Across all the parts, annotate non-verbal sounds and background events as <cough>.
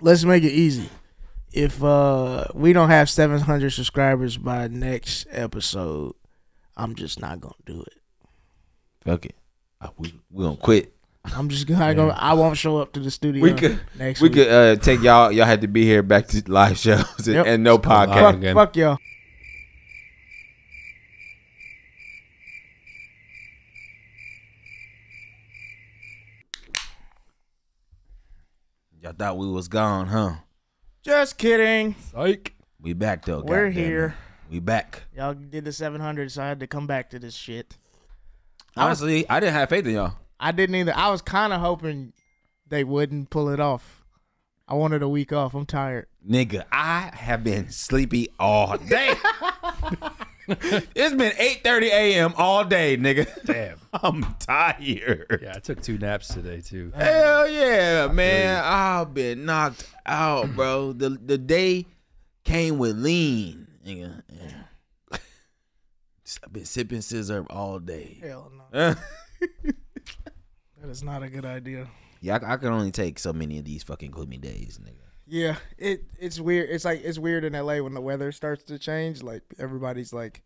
let's make it easy. If uh we don't have 700 subscribers by next episode, I'm just not gonna do it. Fuck it. Uh, We we gonna quit. I'm just not gonna. I won't show up to the studio. We could next we week. could uh, take y'all. Y'all had to be here back to live shows and, Yep. and no podcast. Fuck, again. fuck y'all. Y'all thought we was gone, huh? Just kidding. Psych. We back though. We're goddamn it. here. We back. Y'all did the 700, so I had to come back to this shit. Honestly, I didn't have faith in y'all. I didn't either. I was kind of hoping they wouldn't pull it off. I wanted a week off. I'm tired. Nigga, I have been sleepy all day. it's been 8:30 a.m. all day, nigga. Damn. <laughs> I'm tired. Yeah, I took two naps today too. Hell yeah, man. I've been knocked out, bro. The the day came with lean. Nigga. Yeah. Just- I've been sipping scissor all day. Hell no. <laughs> yeah, That is not a good idea. I, I can only take so many of these fucking gloomy days, nigga. Yeah, it it's weird. It's like it's weird in LA when the weather starts to change. Like everybody's like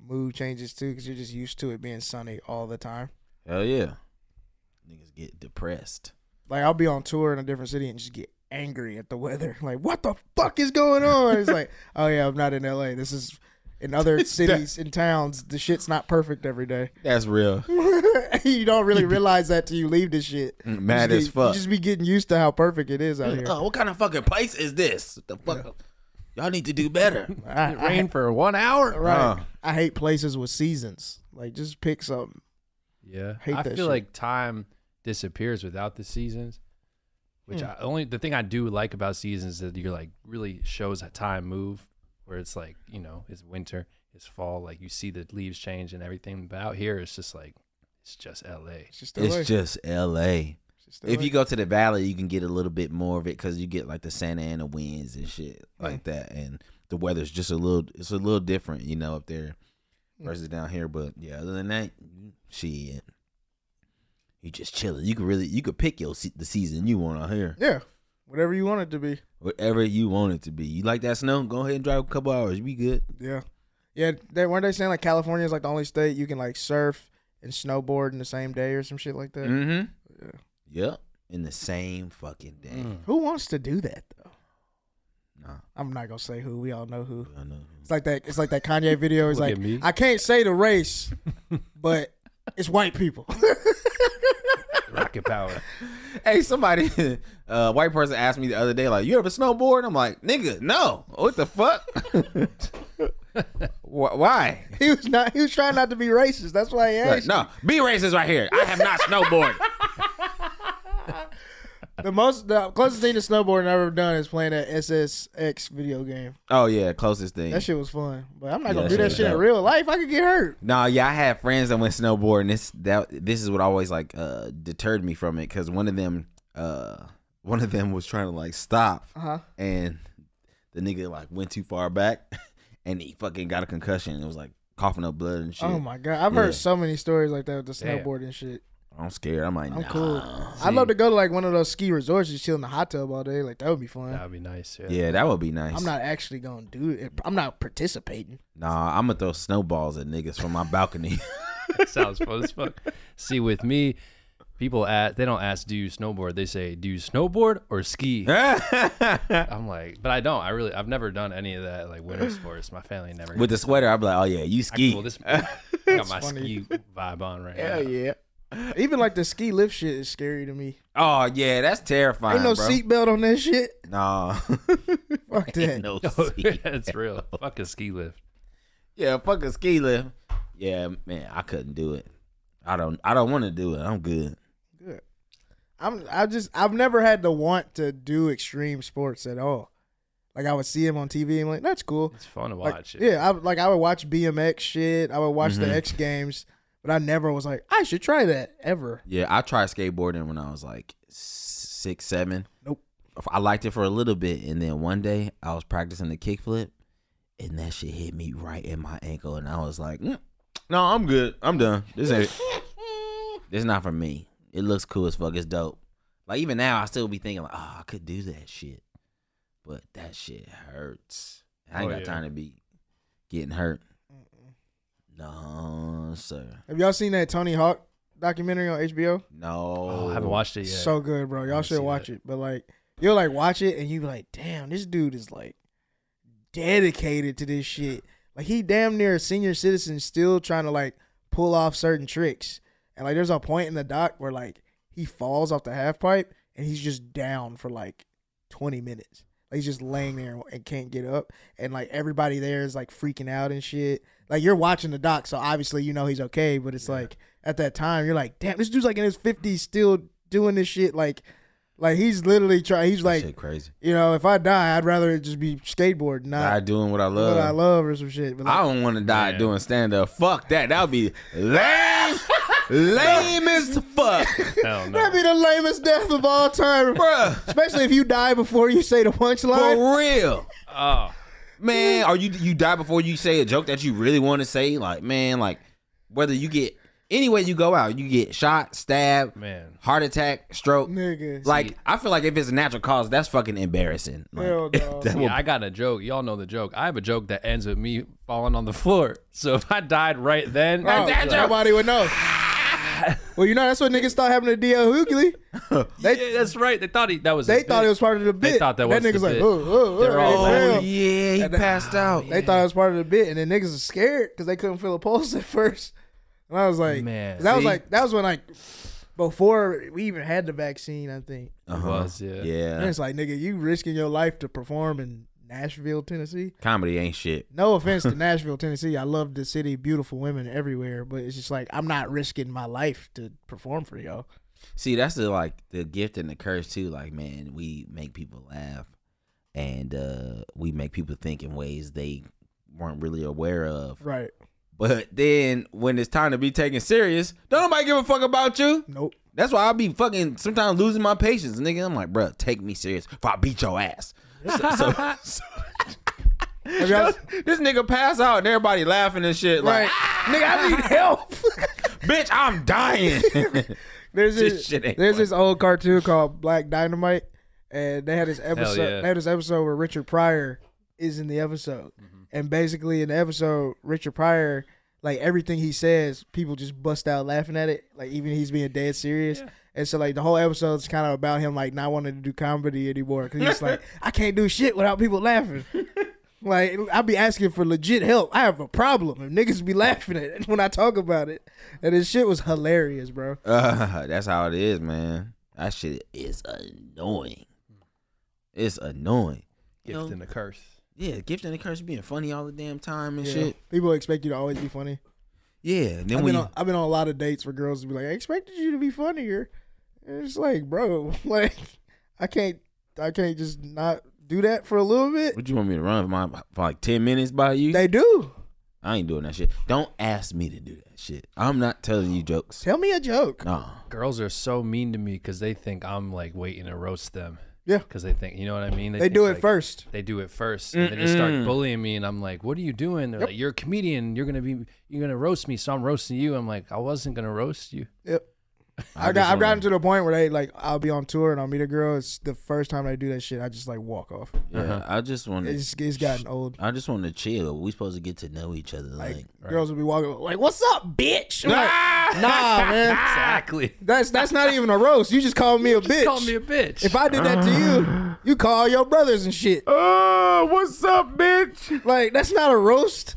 mood changes too because you're just used to it being sunny all the time. Hell yeah. Niggas get depressed. Like I'll be on tour in a different city and just get angry at the weather. <laughs> Like what the fuck is going on? It's <laughs> like oh yeah, I'm not in LA. This is in other cities and towns. The shit's not perfect every day. <laughs> That's real. you don't really realize that till you leave this shit. Mm, mad You as just get- fuck. You just be getting used to how perfect it is out <laughs> here. Uh, what kind of fucking place is this? The fuck? Y'all need to do better. I, It I- rained for one hour. right. Uh. I hate places with seasons. Like just pick something. Yeah, Hate I that feel shit. like time disappears without the seasons. Which Hmm. I only the thing I do like about seasons is that you're like really shows a time move where it's like you know it's winter, it's fall, like you see the leaves change and everything. But out here, it's just like it's just L.A. It's just LA. It's just L.A. It's just If LA. you go to the valley, you can get a little bit more of it because you get like the Santa Ana winds and shit like that, and the weather's just a little. It's a little different, you know, up there versus down here. But yeah, other than that, shit, you just chilling. You can really you could pick your se- the season you want out here, yeah, whatever you want it to be. whatever you want it to be. You like that snow? Go ahead and drive a couple hours. You be good. Yeah, yeah. They weren't they saying like California is like the only state you can like surf and snowboard in the same day or some shit like that. Mm-hmm. Yep. In the same fucking day. Who wants to do that though? Nah, I'm not gonna say who. We all know who. I know. It's like that. It's like that <laughs> Kanye video. It's Look like at me. I can't say the race, but it's white people. <laughs> Rocket power. Hey, somebody, <laughs> uh, white person asked me the other day, like, you ever snowboard? I'm like, nigga, no. What the fuck? <laughs> Wh- Why? he was not. He was trying not to be racist. That's why he Like, asked. no, be racist right here. I have <laughs> not snowboarded. The most the closest thing to snowboarding I've ever done is playing that SSX video game. oh yeah, closest thing. That shit was fun, but I'm not Yeah, gonna that do shit that was shit in dope. real life. I could get hurt. No, yeah, I had friends that went snowboarding. This that this is what always like uh deterred me from it because one of them uh one of them was trying to like stop Uh-huh. and the nigga like went too far back <laughs> and he fucking got a concussion. It was like coughing up blood and shit. Oh my god, I've Yeah. heard so many stories like that with the Damn. snowboarding shit. I'm scared. I'm like, I'm nah. cool. I'd love to go to like one of those ski resorts, just chill in the hot tub all day. Like that would be fun. That would be nice. Yeah. Yeah, that would be nice. I'm not actually gonna do it. I'm not participating. Nah, I'm gonna throw snowballs at niggas from my balcony. <laughs> <laughs> sounds fun as fuck. See, with me, people at they don't ask, "Do you snowboard?" They say, "Do you snowboard or ski?" I'm like, but I don't. I really, I've never done any of that <laughs> like winter sports. My family never. With the sweater, I'm like, oh yeah, you I, ski. well, this I got my funny. ski vibe on right now. yeah. Even like the ski lift shit is scary to me. Oh yeah, that's terrifying. Ain't no bro. seatbelt on that shit. <laughs> Nah. Fuck <laughs> that. Ain't no Oh, <laughs> seat. it's real. Fuck a ski lift. Yeah, fuck a ski lift. Yeah, man, I couldn't do it. I don't. I don't want to do it. I'm good. Good. I'm. I just. I've never had to want to do extreme sports at all. Like I would see him on TV. I'm like, that's cool. It's fun to Like, watch. it. Mm-hmm. yeah. I would- like I would watch BMX shit. I would watch the X Games, but I never was like, I should try that ever. Yeah, I tried skateboarding when I was like six, seven. Nope. I liked it for a little bit, and then one day I was practicing the kickflip, and that shit hit me right in my ankle, and I was like, "Mm, "No, I'm good. I'm done. This <laughs> ain't. this not for me. It looks cool as fuck. It's dope. Like even now, I still be thinking like, oh, I could "Ah, do that shit. But that shit hurts. I ain't Oh, got yeah. time to be getting hurt. Mm-mm. No, sir. Have y'all seen that Tony Hawk documentary on HBO? No. Oh, I haven't watched it yet. So good, bro. Y'all haven't should seen watch that. it. But like, you'll like watch it and you be like, damn, this dude is like dedicated to this shit. Like he damn near a senior citizen still trying to like pull off certain tricks. And like there's a point in the doc where like he falls off the half pipe and he's just down for like 20 minutes. Like he's just laying there and can't get up. And like everybody there is like freaking out and shit. Like you're watching the doc, so obviously you know he's okay, but it's like at that time you're like, damn, this dude's like in his 50s still doing this shit like like he's literally trying he's That like shit crazy. you know, if I die, I'd rather it just be skateboard, I not doing what I uh, what love. I love or some shit. But I like, don't want to die Man. doing stand up. Fuck that. That would be <laughs> lame. lame as fuck. <laughs> Hell no. that'd <laughs> be the lamest death of all time, <laughs> Bruh. especially if you die before you say the punchline. For real. Oh, Man, are you you die before you say a joke that you really want to say? Like, man, like whether you get any way you go out, you get shot, stabbed, man. heart attack, stroke. Nigga, Like, I feel like if it's a natural cause, that's fucking embarrassing. Like, <laughs> Hell no. that will- Yeah, I got a joke. Y'all know the joke. I have a joke that ends with me falling on the floor. <laughs> So if I died right <laughs> then, Oh, I'd be like, nobody would know. <laughs> well, you know that's what niggas thought happened to D.O. Hoogley. They yeah, that's right. They thought he, that was. they a thought bit. it was part of the bit. thought that was the nigga's like, bit. oh, oh, oh, They're all they Oh fell. yeah, he passed out. They thought it was part of the bit, and then niggas was scared because they couldn't feel a pulse <laughs> at first. And I was like, Man, 'cause that was see? like that was when like before we even had the vaccine, I think. Uh. Uh-huh. was, yeah. And Yeah. it's like, nigga, you risking your life to perform in Nashville, Tennessee. Comedy ain't shit. No offense to Nashville, Tennessee. I love the city, beautiful women everywhere, but it's just like I'm not risking my life to perform for y'all. See, that's the like the gift and the curse too. Like, man, we make people laugh, and uh we make people think in ways they weren't really aware of. Right. But then when it's time to be taken serious, don't nobody give a fuck about you. Nope. That's why I be fucking sometimes losing my patience, nigga. I'm like, bruh, take me serious, if I beat your ass. <laughs> So, so- so- Have y'all, this nigga pass out and everybody laughing and shit. <laughs> right. <laughs> Like, nigga, I need help. <laughs> bitch, I'm dying. there's This this, shit ain't there's this old cartoon called Black Dynamite, and they had this episode. yeah. They had this episode where Richard Pryor is in the episode, Mm-hmm. and basically in the episode, Richard Pryor, like everything he says, people just bust out laughing at it. Like even he's being dead serious. And so, like the whole episode is kind of about him, like not wanting to do comedy anymore because he's <laughs> like, I can't do shit without people laughing. Like I'll be asking for legit help. I have a problem, and niggas be laughing at it <laughs> when I talk about it. And this shit was hilarious, bro. Uh, <laughs> that's how it is, man. That shit is annoying. It's annoying. Gift and a curse. Yeah, gift and the curse of being funny all the damn time and Yeah. shit. People expect you to always be funny. Yeah, and then I've when been, you, on, I've been on a lot of dates where girls be like, "I expected you to be funnier." And it's like, bro, <laughs> like I can't, I can't just not do that for a little bit. what you want me to run my for like ten minutes by you? They do. I ain't doing that shit. Don't ask me to do that shit. I'm not telling you jokes. Tell me a joke. Nah. Girls are so mean to me because they think I'm like waiting to roast them. Yeah. Because they think, you know what I mean? They think, do it like, first. They do it first, and they just start bullying me, and I'm like, "What are you doing?" They're like, "You're a comedian. You're gonna be, you're gonna roast me, so I'm roasting you." I'm like, "I wasn't gonna <laughs> roast you." Yep. I I just got, I've wanna- gotten to the point where they like, I'll be on tour and I'll meet a girl. It's the first time they do that shit. I just like walk off. Yeah, I just want to. Uh-huh. It's, it's gotten old. I just want to chill. We supposed to get to know each other. Like, Girls will be walking like, "What's up, bitch?" I'm like, nah, man. <laughs> Exactly. That's that's not even a roast. You just called me a bitch. Call me a bitch. <laughs> If I did that to you, you call your brothers and shit. oh, uh, what's up, bitch? Like that's not a roast,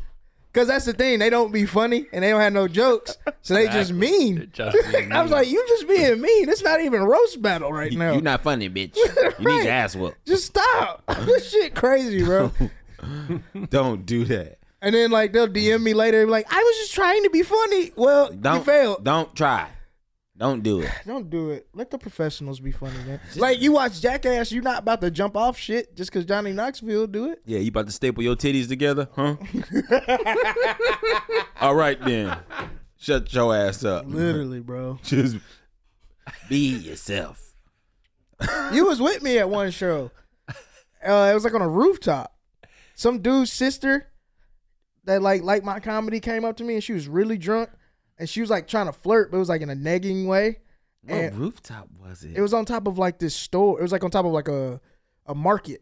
cause that's the thing. They don't be funny and they don't have no jokes, so they just mean. Just <laughs> being I was mean. like, you just being mean. It's not even a roast battle right now. You're not funny, bitch. You <laughs> need Right. your ass whooped. just stop. <laughs> this shit crazy, bro. Don't do that. And then like they'll DM me later, be like, I was just trying to be funny. Well, Don't you failed. Don't try. Don't do it. Don't do it. Let the professionals be funny, man. like you watch Jackass, you're not about to jump off shit just because Johnny Knoxville do it. Yeah, you about to staple your titties together, <laughs> huh? All right then. Shut your ass up. Literally, bro. <laughs> Just be yourself. You was with me at one show. Uh, it was like on a rooftop. Some dude's sister that like like my comedy came up to me and she was really drunk and she was like trying to flirt, but it was like in a negging way. What And- rooftop was it? It was on top of like this store. It was like on top of like a a market.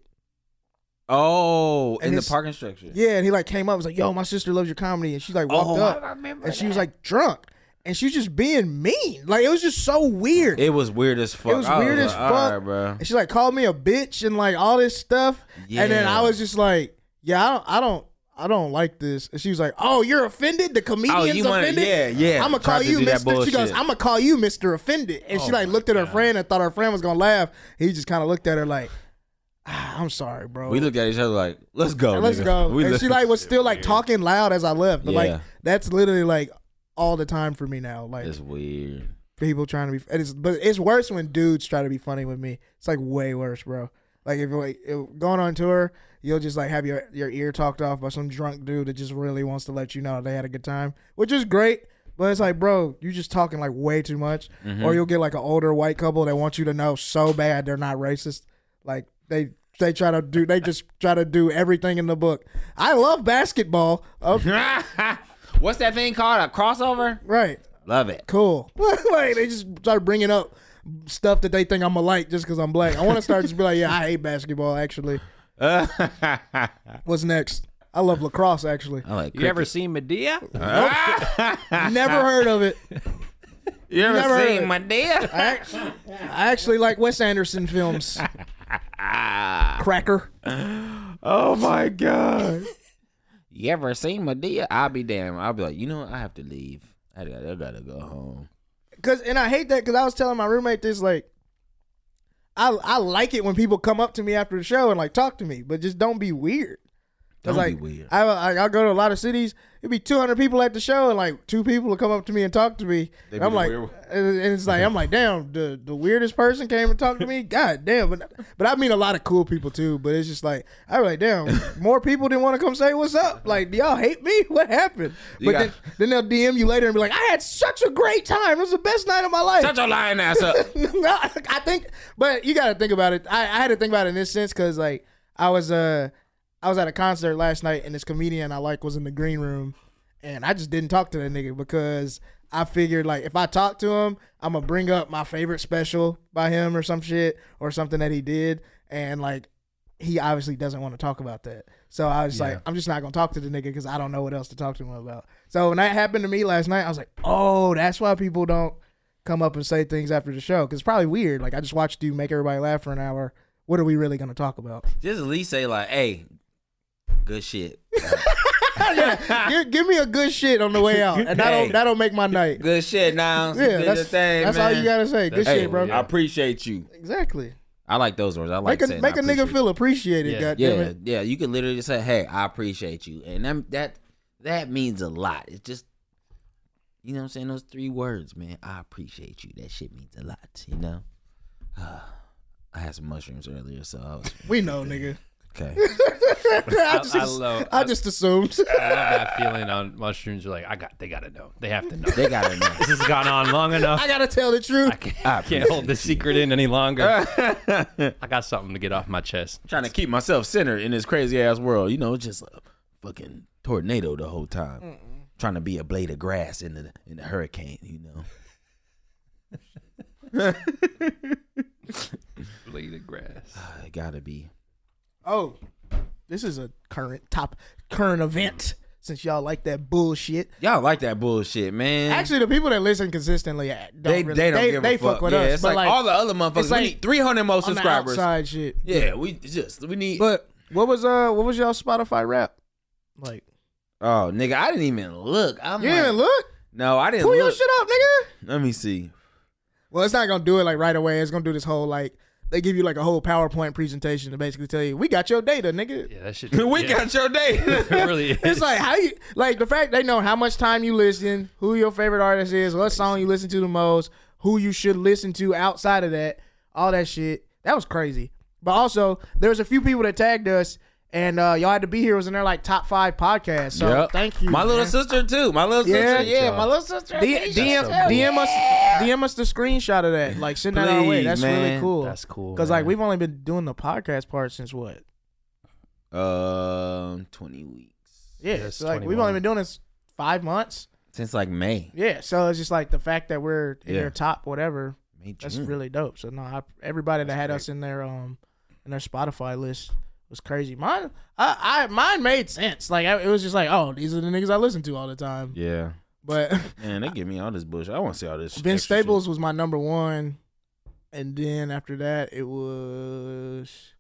Oh, And in the it's- parking structure. Yeah, and he like came up and was like, "Yo, my sister loves your comedy," and she like walked Oh, up I remember. and she was like drunk, and she was just being mean. Like it was just so weird. It was weird as fuck. was I weird as like, "All fuck." bro. and she like called me a bitch and like all this stuff. And then Yeah. I was just like, "Yeah, I don't, I don't, I don't like this." And she was like, "Oh, you're offended? The comedian's Oh, you want offended? to? Yeah, yeah. I'm gonna Tried call to you do that Mister." She goes, bullshit. "I'm gonna call you Mister Offended," and she Oh like my looked at her God. friend and thought her friend was gonna laugh. He just kind of looked at her like, ah, "I'm sorry, bro." We looked at each other like, let's go. And let's nigga." go. <laughs> We and looked- she like was still like Weird. talking loud as I left, but Yeah. like that's literally like all the time for me now. Like It's weird. people trying to be, and it's but it's worse when dudes try to be funny with me. It's like way worse, bro. Like if you're like if going on tour, you'll just like have your your ear talked off by some drunk dude that just really wants to let you know they had a good time, which is great. But it's like, bro, you just talking like way too much, or you'll get like an older white couple that want you to know so bad they're not racist. Like they they try to do they just try to do everything in the book. I love basketball. Oh, What's that thing called? A crossover? right. Love it. cool. <laughs> like they just start bringing up stuff that they think I'm gonna like just because I'm black. I want to start just be like, yeah, I hate basketball. Actually, I what's next? I love lacrosse. Actually, like. You ever <laughs> seen Medea? never heard of it. <laughs> You ever Never heard of it. seen <laughs> my dear? I actually, I actually like Wes Anderson films. Cracker. Oh my god. <laughs> you ever seen Medea? I'll be damned. I'll be like, you know what? I have to leave. I gotta, I gotta go home. Cause and I hate that because I was telling my roommate this like. I, I like it when people come up to me after the show and like talk to me, but just don't be weird. 'Cause, Don't like, be weird. I, I I go to a lot of cities. It'd be two hundred people at the show, and like two people will come up to me and talk to me. And They be I'm the like, weird one. <laughs> and and it's like I'm like, damn, the the weirdest person came and talked to <laughs> me. God damn, but but I mean a lot of cool people too. But it's just like I was like, damn, more people didn't want to come say what's up. Like, do y'all hate me? <laughs> What happened? You But got- then, then they'll DM you later and be like, I had such a great time. It was the best night of my life. Shut your lying ass up. <laughs> <laughs> I think, but you got to think about it. I, I had to think about it in this sense because, like, I was uh, I was at a concert last night, and this comedian I like was in the green room, and I just didn't talk to that nigga because I figured like if I talk to him, I'm gonna bring up my favorite special by him or some shit or something that he did, and like he obviously doesn't want to talk about that. So I was just like, I'm just not gonna talk to the nigga because I don't know what else to talk to him about. So when that happened to me last night, I was like, oh, that's why people don't come up and say things after the show because it's probably weird. Like I just watched you make everybody laugh for an hour. What are we really gonna talk about? Just at least say like, hey, good shit. yeah, give, give me a good shit on the way out, and that'll Hey. that'll make my night. Good shit now. Yeah, Did your that's, thing, that's all man. you gotta say. Good That's Hey, shit, bro. I appreciate you. Exactly. I like those words. I like Make a saying make I a nigga appreciate feel appreciated. Yeah. God you. damn Yeah, it. yeah. You could literally just say, hey, I appreciate you. And that that that means a lot. It's just you know what I'm saying? Those three words, man. I appreciate you. That shit means a lot, you know? <sighs> I had some mushrooms earlier, so I was We know, nigga. okay. I just I love- <laughs> I just <laughs> assumed. I love that feeling on mushrooms. You're like, I got, they gotta know. They have to know. they got it now. <laughs> this has gone on long enough. I gotta tell the truth. <laughs> I can't, I I can't hold this secret in any <laughs> longer. I got something to get off my chest. <laughs> Trying to keep myself centered in this crazy ass world, you know, it's just a fucking tornado the whole time. Trying to be a blade of grass in the in the hurricane, you know. <sighs> Blade of grass. I gotta be. Oh, this is a current top current event. Since y'all like that bullshit. Y'all like that bullshit, man. Actually, the people that listen consistently uh, don't they really, they don't they, give they a fuck. fuck with yeah, us. it's but like, like, all the other it's motherfuckers. like we need 300 more on the subscribers. outside shit. Yeah, we just we need. But what was uh what was y'all Spotify rap? Like oh, nigga, I didn't even look. I'm you like, didn't even look? No, I didn't Pull your look. shit up, nigga. Let <laughs> me see. Well, it's not gonna do it like right away. It's gonna do this whole like they give you like a whole PowerPoint presentation to basically tell you we got your data, nigga. Yeah, <laughs> that shit. we yeah. got your <laughs> day. <laughs> It really is. It's like how you like the fact they know how much time you listen, who your favorite artist is, what song you listen to the most, who you should listen to outside of that, all that shit. That was crazy. But also, there was a few people that tagged us, and uh, y'all had to be here was in their like top five podcast. So Yep. thank you, My little man. sister too. My little Yeah. sister. Yeah, my little sister. D- Aisha. DM, DM us DM us the screenshot of that. Like send that our way. Please, That's really man. cool. That's cool. Cause like man. we've only been doing the podcast part since what? Um, twenty weeks Yeah, Yeah, it's so, like we've 21. only been doing this five months. since like May. Yeah, so it's just like the fact that we're in Yeah. Mm. their top whatever. May That's June. really dope. So no, I, everybody that had us in their um in their Spotify list, was crazy. Mine, I, I mine made sense. Like I, it was just like, oh, these are the niggas I listen to all the time. Yeah. But <laughs> Man, they give me all this bush. I want to see all this. Ben extra shit. Staples was my number one, and then after that it was,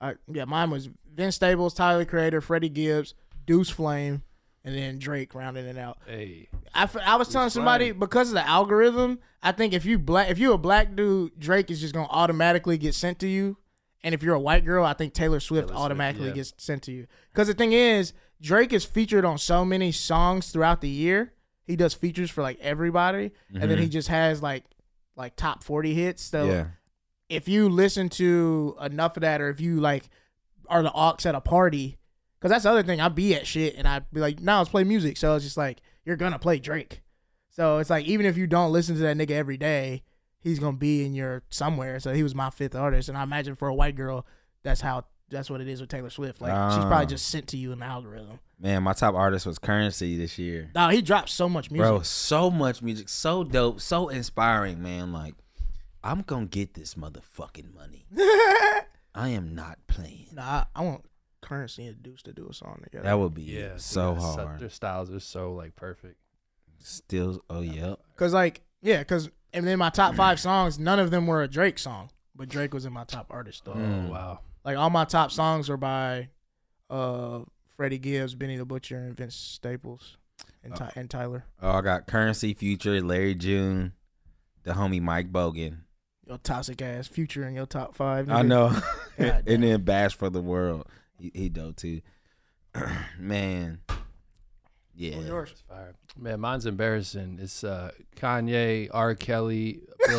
I yeah, mine was Ben Staples, Tyler the Creator, Freddie Gibbs, Deuce Flame, and then Drake rounding it out. Hey, I, f- I was telling somebody because of the algorithm, I think if you black if you're a black dude, Drake is just gonna automatically get sent to you, and if you're a white girl, I think Taylor Swift Taylor Swift, automatically yeah. gets sent to you. Because the thing is, Drake is featured on so many songs throughout the year. He does features for like everybody, and then Mhm. Mm-hmm. he just has like like top forty hits. So Yeah. if you listen to enough of that, or if you like are the aux at a party, because that's the other thing. I be at shit and I be like, now let's play music. So it's just like you're gonna play Drake. So it's like even if you don't listen to that nigga every day, he's gonna be in your somewhere. So he was my fifth artist, and I imagine for a white girl, that's how that's what it is with Taylor Swift. Like she's Ah. probably just sent to you in the algorithm. Man, my top artist was Currency this year. Nah, he drops so much music. Bro, so much music, so dope, so inspiring, man. Like, I'm gonna get this motherfucking money. I am not playing. <laughs> Nah, I, I want Currency and Deuce to do a song together. That would be yeah, dude, so that's su- hard. Their styles are so like perfect. Still, oh yep. Cause like yeah, cause and then my top five songs, none of them were a Drake song, but Drake was in my top artist though. Mm. Oh wow, Like all my top songs are by uh Freddie Gibbs, Benny the Butcher, and Vince Staples, and, Ty- and Tyler. Oh, I got Currency, Future, Larry June, the homie Mike Bogan. Your toxic ass future in your top five. I nigga. Mm-hmm. <laughs> know. <laughs> <laughs> God damn. and then Bash for the World. He, he dope too. <clears throat> man. Yeah. What's yours? it's fire. Man, mine's embarrassing. It's uh, Kanye, R. Kelly, Bill, <laughs>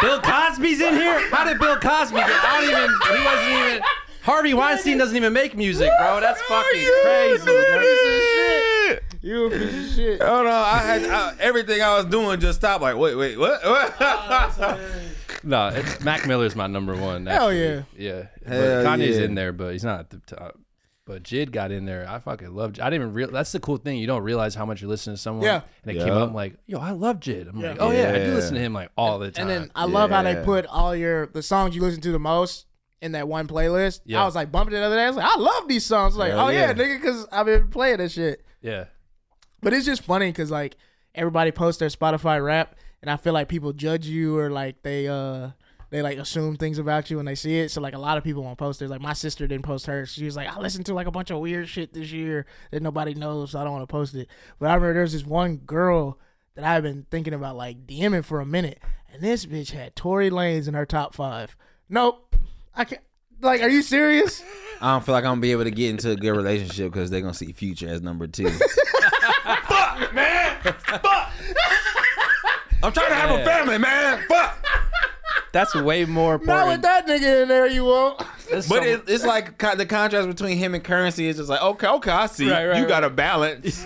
Bill Cosby's in here. How did Bill Cosby get? I don't even. He wasn't even. Harvey Weinstein doesn't even make music, bro. That's fucking crazy. You a piece of shit. Oh no! I had I, everything I was doing just stopped. Like, wait, wait, what? <laughs> No, it's Mac Miller's my number one. Hell actually. yeah. yeah. But Hell Kanye's yeah. in there, but he's not at the top. But Jid got in there. I fucking love. Jid. I didn't even real. That's the cool thing. You don't realize how much you listen to someone. Yeah. And it came Yeah. up I'm like, yo, I love Jid. I'm like, Yeah. oh yeah, I do Yeah. listen to him like all the time. And then I love how they Yeah. put all your the songs you listen to the most in that one playlist. Yeah. I was like bumping it the other day. I was like, I love these songs. Like, Hell oh yeah, yeah. nigga, because I've been playing this shit. yeah. But it's just funny because like everybody posts their Spotify rap, and I feel like people judge you or like they uh they like assume things about you when they see it. So like a lot of people won't post theirs. Like my sister didn't post hers. She was like, I listened to like a bunch of weird shit this year that nobody knows, so I don't want to post it. But I remember there's this one girl that I've been thinking about like DMing for a minute, and this bitch had Tory Lanez in her top five. Nope, I can't. Like, are you serious? I don't feel like I'm gonna be able to get into a good relationship because they're gonna see Future as number <laughs> two. Fuck, man! Fuck! I'm trying to have a family, man. Fuck! That's way more Not with important. that nigga in there, you won't. <laughs> That's But some- it, it's like co- the contrast between him and Currency is just like, okay, okay, I see. Right, right, you right. got a balance.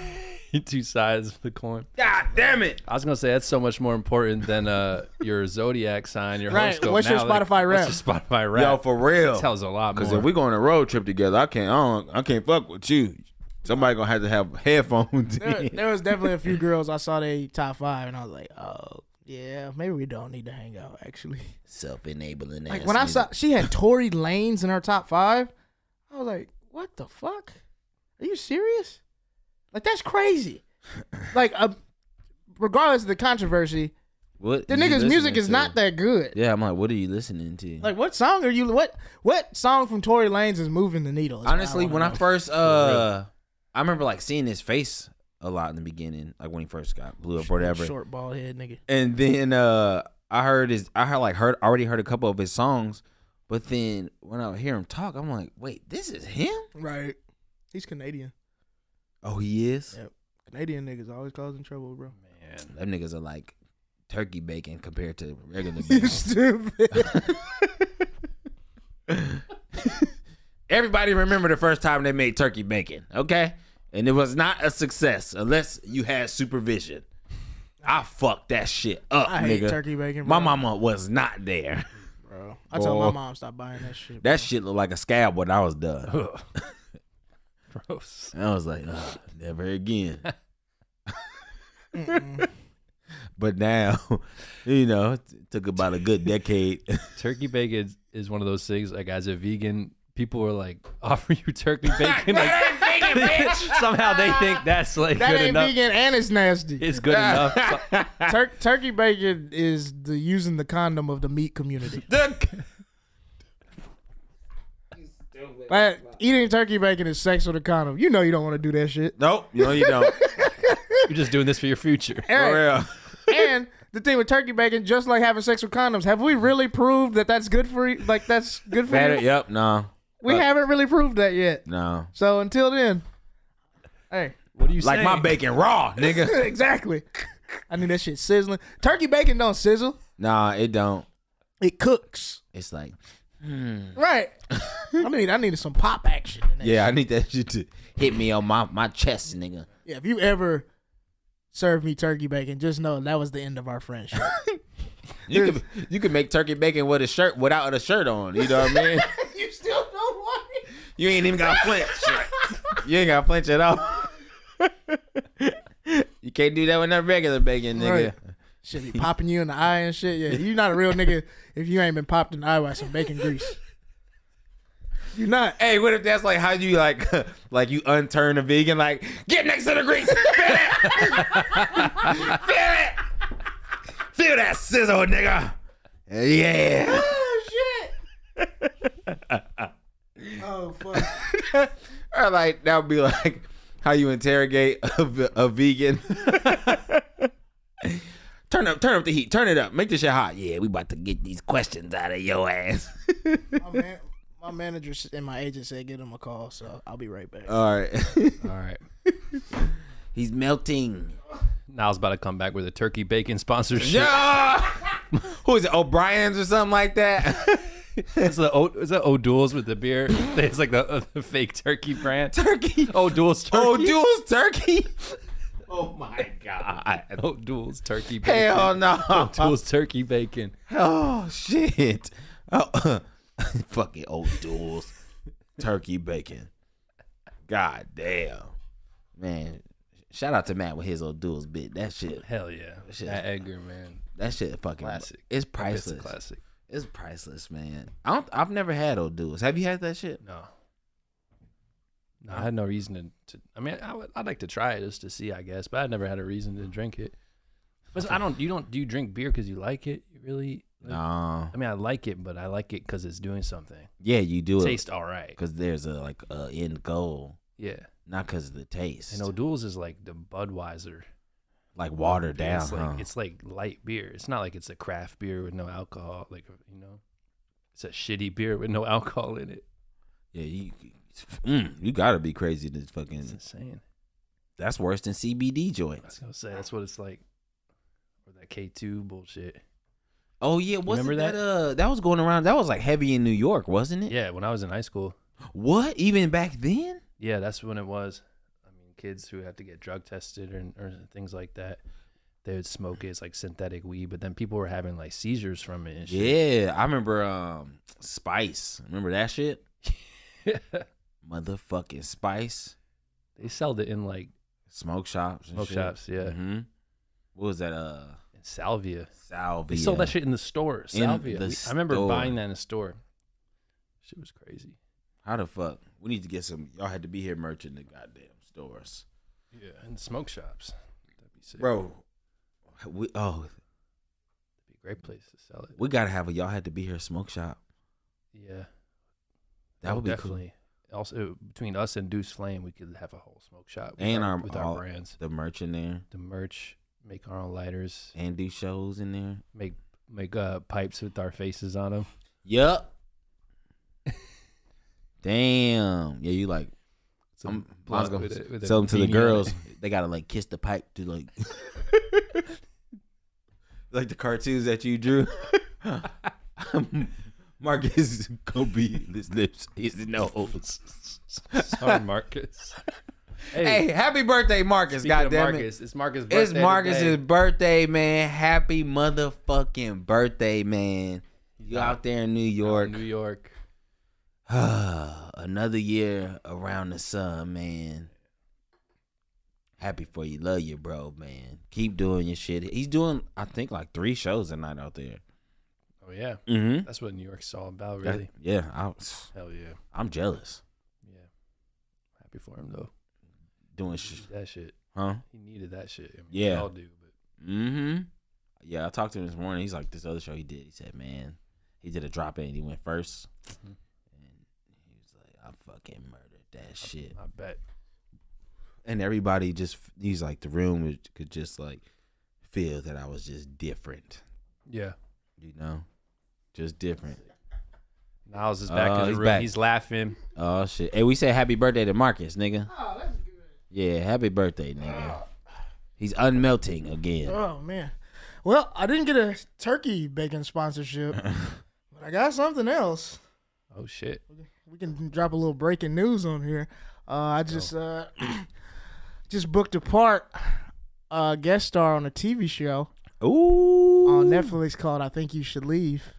two sides of the coin. <laughs> God damn it! I was gonna say that's so much more important than uh your zodiac sign, your Right. horoscope. What's your Now, like, Spotify rap? What's your Spotify Yo, rap? for real. tells a lot more. Because if we go on a road trip together, I can't, I, don't, I can't fuck with you. Somebody gonna have to have headphones. there, <laughs> in. there was definitely a few girls I saw they top five, and I was like, oh yeah, maybe we don't need to hang out. <laughs> Actually, Self-enabling. like when I saw she <laughs> had Tory Lanes in her top five, I was like, what the fuck? Are you serious? Like that's crazy. Like uh, regardless of the controversy, what the you nigga's music listening is to? not that good. Yeah, I'm like, what are you listening to? Like what song are you? What what song from Tory Lanes is moving the needle? is what honestly, wanna when I know. first uh, I remember like seeing his face a lot in the beginning, like when he first got blew up or whatever. short bald head nigga. And then uh, I heard his, I heard like heard already heard a couple of his songs, but then when I hear him talk, I'm like, wait, this is him? Right, he's Canadian. Oh, he is. Yeah. Canadian niggas always causing trouble, bro. Man. Them niggas are like turkey bacon compared to <laughs> regular You bacon. stupid. Everybody remember the first time they made turkey bacon, okay? And it was not a success unless you had supervision. I fucked that shit up, <laughs> I hate nigga. turkey bacon. Bro. My mama was not there. <laughs> bro. I told my Boy. mom stop buying that shit. That shit looked like a scab when I was done. <laughs> Ugh. <laughs> Gross. I was like, "Ugh, never again. <laughs> <laughs> but now, you know, it took about a good decade. <laughs> Turkey bacon's is one of those things. Like as a vegan, people are like <laughs> offer you turkey bacon. like, <laughs> somehow they think that's like That good ain't enough. vegan and it's nasty. It's good enough. So- Tur- turkey bacon is the using the condom of the meat community. Like, eating turkey bacon is sex with a condom. You know you don't want to do that shit. Nope. No, you <laughs> don't. You're just doing this for your future. For And, real. <laughs> and the thing with turkey bacon, just like having sex with condoms, have we really proved that that's good for you? Like that's good for Better. you? Yep. No. We haven't really proved that yet. No. So until then, hey, <laughs> What do you Like my bacon raw, <laughs> nigga. exactly. I knew that shit sizzling. Turkey bacon don't sizzle; nah, it don't. it cooks. It's like, Right. I need I needed some pop action. In that yeah, I need that shit to hit me on my, my chest, nigga. Yeah, if you ever serve me turkey bacon, just know that was the end of our friendship. You could you could make turkey bacon with a shirt without a shirt on. You know what I mean? <laughs> you still don't want it. You ain't even got to flinch. <laughs> you ain't got to flinch at all. <laughs> you can't do that with that regular bacon, nigga. Right. Should be popping you in the eye and shit. Yeah, you're not a real nigga if you ain't been popped in the eye by some bacon grease. You're not. Hey, what if that's like how you like <laughs> like you unturn a vegan? Like get next to the grease, feel it, <laughs> feel it, feel that sizzle, nigga. Yeah. Oh shit. oh fuck. Or like that would be like how you interrogate a, v- a vegan. <laughs> turn up, turn up the heat, turn it up, make this shit hot. Yeah, we about to get these questions out of your ass. <laughs> My, man, my manager s- and my agent said give him a call, so I'll be right back. All right, All right. <laughs> he's melting. Niles about to come back with a turkey <laughs> bacon sponsorship. Yeah. Who is it? O'Brien's or something like that. <laughs> It's the o- is that O'Doul's with the beer? <laughs> It's like the, uh, the fake turkey <laughs> brand. turkey. O'Doul's Oh, turkey. duels turkey. Oh my god. O'Doul's turkey bacon. Hell no. O'Doul's turkey bacon. Oh shit. Oh, <laughs> fucking old duels. Turkey bacon. God damn. Man, shout out to Matt with his old duels bit. That shit. Hell yeah. shit- That Edgar, man. That shit fucking Classic. It's It's a priceless. classic. It's priceless, man. I don't I've never had old duels. Have you had that shit? No. No, I had no reason to. to I mean, I would, I'd like to try it just to see, I guess, but I never had a reason Mm. to drink it. But I don't. You don't. Do you drink beer because you like it? You really? Like, No. I mean, I like it, but I like it because it's doing something. Yeah, you do it Taste all right. cuz there's a like a end goal, Yeah. not cuz of the taste. And O'Doul's is like the Budweiser. like watered beer. down. It's like huh? it's like light beer. It's not like it's a craft beer with no alcohol. Like you know, it's a shitty beer with no <laughs> alcohol in it. Yeah, you mm, you gotta be crazy to It's fucking. insane. That's worse than CBD I was joints. gonna say that's what it's like. Or that K two bullshit. Oh yeah, wasn't Remember that, uh that was going around? That was like heavy in New York, wasn't it? Yeah, when I was in high school. What even back then? Yeah, that's when it was. I mean, kids who had to get drug tested or, or things like that, they would smoke it. It's like synthetic weed, but then people were having like seizures from it and shit. Yeah, I remember um Spice. Remember that shit? Motherfucking Spice <laughs> they sold it in like smoke shops. And Smoke shit. shops, yeah. hmm What was that? Uh, in salvia. salvia. They sold that shit in the store. Salvia. the We- I remember store. buying that in the store. Shit was crazy. How the fuck? We need to get some. Y'all had to be here merchant the goddamn stores. Yeah, and smoke shops. That'd be sick. bro. We oh That'd be a great place to sell it. we gotta have a y'all had to be here smoke shop. Yeah, Oh, That would be cool. Also, between us and Deuce Flame, we could have a whole smoke shop with And our, our- with all- our brands, cool. The merch in there the merch, make our own lighters, and do shows in there. make make uh, pipes with our faces on them. Yup. Damn. Yeah, you like I'm, I was gonna sell them to the girls. they gotta like kiss the pipe to <laughs> like like the cartoons that you <laughs> drew. Marcus gonna be his lips, his nose. <laughs> <laughs> Sorry, Marcus. Hey, happy birthday, Marcus! speaking of God damn it. Marcus, it's Marcus. Birthday It's Marcus's today. birthday, man. Happy motherfucking birthday, man. You out- out there in New Out in York. New York. <sighs> Another year around the sun, man. Happy for you. Love you, bro, man. Keep doing your shit. He's doing, I think, like three shows a night out there. Oh Oh yeah, Mm-hmm. that's what New York's all about, really. Yeah, I, Hell yeah, I'm jealous. yeah. Happy for him though. Doing He sh- needed that shit. huh? He needed that shit. I mean, We Yeah. all do. But Mm-hmm. Yeah, I talked to him this morning. He's like, this other show he did. He said, man, he did a drop in. He went 1st Mhm. and he was like, I fucking murdered that shit. I bet. And everybody just, he's like, the room was- could just like feel that I was just different, Yeah. you know, just different. Niles is back Oh, in the he's room. back. He's laughing. Oh shit! Hey, we said happy birthday to Marcus, nigga. Oh, that's good. Yeah, happy birthday, nigga. He's unmelting again. Oh man. Well, I didn't get a turkey bacon sponsorship, but I got something else. Oh shit. We can drop a little breaking news on here. Uh, I just uh, <clears throat> just booked a part, uh, guest star on a TV show Ooh. on Netflix called "I Think You Should Leave."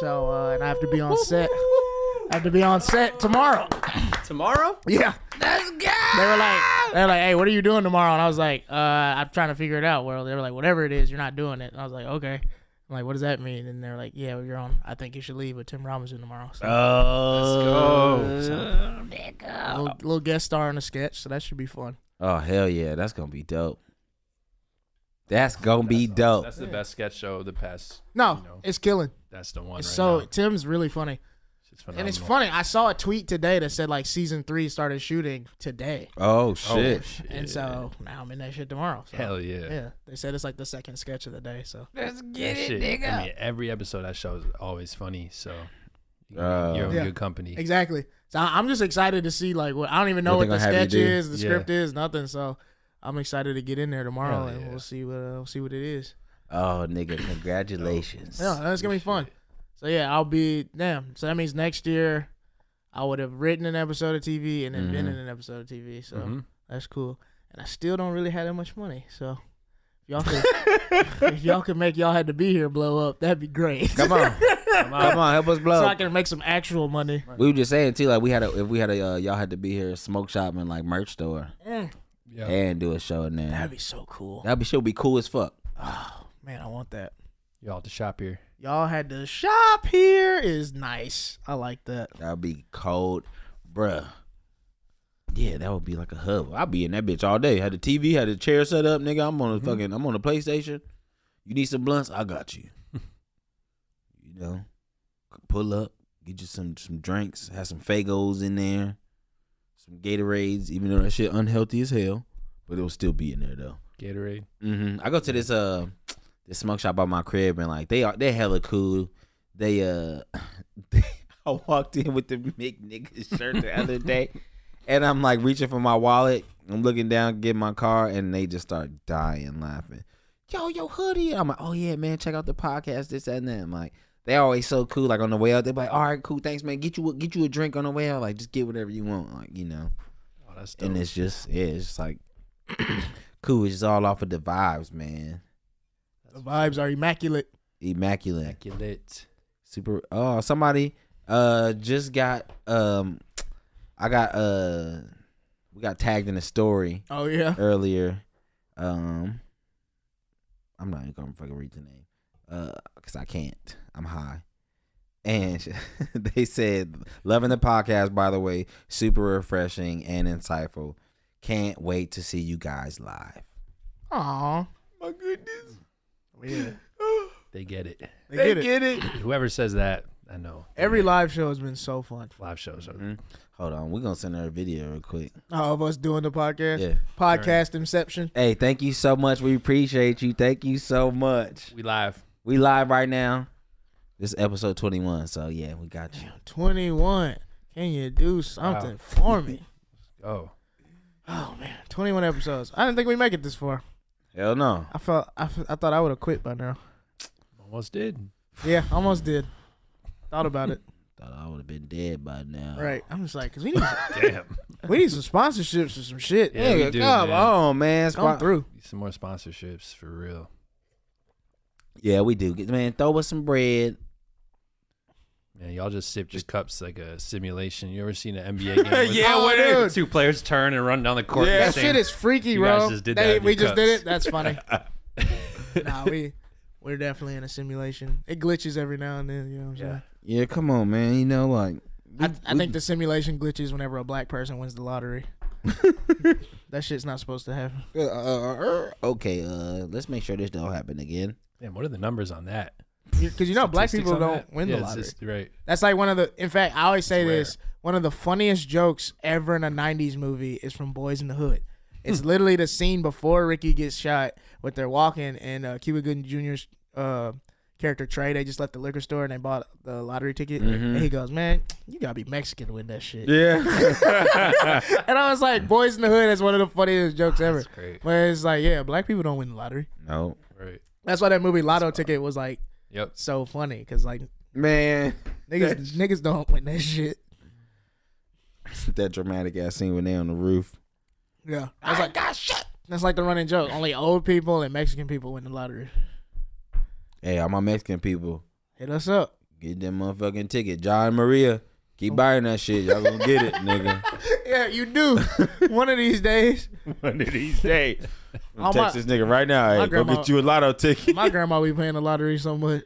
So, uh, and I have to be on set. I have to be on set tomorrow. Tomorrow? Yeah. Let's go. They were like, they were like, hey, what are you doing tomorrow? And I was like, uh, I'm trying to figure it out. Well, they were like, whatever it is, you're not doing it. And I was like, okay. I'm like, what does that mean? And they're like, yeah, well, you're on. I think you should leave with Tim Robinson tomorrow. So, Oh. Let's Uh, little, little guest star on a sketch, so that should be fun. Oh hell yeah, that's gonna be dope. That's gonna be dope. That's the best sketch show of the past. No, You know. it's killing. That's the one. It's right so now. Tim's really funny, It's and it's phenomenal. funny. I saw a tweet today that said like season three started shooting today, Oh Oh, shit. shit. and so now I'm in that shit tomorrow. So, hell yeah. yeah. They said it's like the second sketch of the day. <laughs> So Let's That get shit, I mean, every episode of that show is always funny. So you- Oh. you're in Uh, Yeah. good company. Exactly. So I- I'm just excited to see like what I don't even know What what, the they gonna have you sketch do. is, the Yeah. script is, nothing. So I'm excited to get in there tomorrow Hell and yeah. we'll see what uh, we'll see what it is. Oh nigga, congratulations. Yeah, that's gonna be fun. So yeah, I'll be damn. So that means next year I would have written an episode of TV and then been Mhm. in an episode of TV. So Mhm. that's cool. And I still don't really have that much money. So if y'all could, if y'all could make y'all had to be here blow up, that'd be great. <laughs> Come on, Come on. come on, help us blow. so I can make some actual money. we were just saying too, like we had a if we had a uh, y'all had to be here smoke shop and like merch store Mm, Yeah. and do a show in there. that'd be so cool. That'd be should be cool as fuck. Oh man, I want that. Y'all have to shop here. Y'all had to shop here is nice. I like that. That'd be cold, bruh. Yeah, that would be like a hub. I'd be in that bitch all day. Had the TV, had the chair set up, nigga. I'm on the fucking, I'm on the PlayStation. You need some blunts? I got you. you know, pull up, get you some some drinks, have some Fagos in there, some Gatorades. Even though that shit unhealthy as hell, but it'll still be in there though. Gatorade. hmm I go to this uh this smoke shop by my crib and like they are they hella cool. They uh <laughs> I walked in with the Mick nigga shirt the other day and I'm like reaching for my wallet. I'm looking down, get my car, and they just start dying laughing. Yo, yo, hoodie. I'm like, oh yeah, man, check out the podcast, this, that, and that. I'm like, they always so cool. Like on the way out, they're like, all right, cool, thanks, man. Get you a, get you a drink on the way out. Like, just get whatever you want. Like, you know Oh, that's dope. and it's just yeah, it's just like <coughs> cool. It's just all off of the vibes, man. The vibes are immaculate. Immaculate, Immaculate. super. Oh, somebody uh just got um, I got uh, we got tagged in a story Oh <laughs> yeah. earlier. Um, I'm not even gonna fucking read the name, uh, cause I can't. I'm high. And <laughs> she- they said, loving the podcast, by the way, super refreshing and insightful. Can't wait to see you guys live. Aw. My goodness, Yeah. They get it. They, get it. Whoever says that, I know. Every live show has been so fun. live shows are Mm-hmm. Hold on, we're gonna send her a video real quick. All of us doing the podcast. Yeah. Podcast Inception. Hey, thank you so much. We appreciate you. Thank you so much. we live. We live right now. This is episode 21, so yeah, we got you. Twenty one. Can you do something Wow. for me? Oh, Oh man, twenty one episodes. I didn't think we'd make it this far. Hell no. I felt I, f- I thought I would have quit by now. almost did. Yeah, almost did. Thought about <laughs> it. Thought I would have been dead by now. Right. I'm just like, cause we need Damn. we need some sponsorships or some shit. Yeah, we Nigga, do, come man. on, man. Come Spon- through. <laughs> Need Some more sponsorships for real. yeah, we do. Get- Man, throw us some bread. Man, y'all just sipped your cups like a simulation. You ever seen an NBA <laughs> game? with- Yeah, Oh, whatever. dude. Two players turn and run down the court. That Same- shit is freaky, You bro. guys just did that They- in <laughs> we your just did cups. it. That's funny. nah, we We're definitely in a simulation. It glitches every now and then. You know what I'm Yeah. saying? Yeah, come on, man. You know, like I, I think the simulation glitches whenever a black person wins the <laughs> lottery. that shit's not supposed to happen. Uh, uh, uh, okay, uh, let's make sure this don't happen again. Damn, what are the numbers on that? Because you know, black Statistics people on don't that? win Yeah, the it's lottery. just- right. That's like one of the. In fact, I always say It's rare. this: one of the funniest jokes ever in a '90s movie is from Boys in the Hood. Hmm. It's literally the scene before Ricky gets shot, what they're walking, and uh, Cuba Gooding Jr.'s uh, character Trey. They just left the liquor store and they bought the lottery ticket, Mm-hmm. and he goes, "Man, you gotta be Mexican to win that shit." Yeah. <laughs> And I was like, "Boys in the Hood" is one of the funniest jokes ever. Ah, That's great. But it's like, yeah, black people don't win the lottery. <laughs> no, Right. That's why that movie Lotto Ticket was like Yep. so funny because like man, niggas niggas don't win that shit. that dramatic ass scene when they on the roof. Yeah, that's like God shit. That's like the running joke. Only old people and Mexican people win the lottery. Hey, all my Mexican people, Hit us up. get that motherfucking ticket. John and Maria, keep buying that shit. Y'all gonna get <laughs> it, nigga. Yeah, you do. <laughs> One of these days, One of these days, All I'm my- text this nigga right now. Hey, grandma- go get you a lotto ticket. <laughs> my grandma be playing the lottery so much.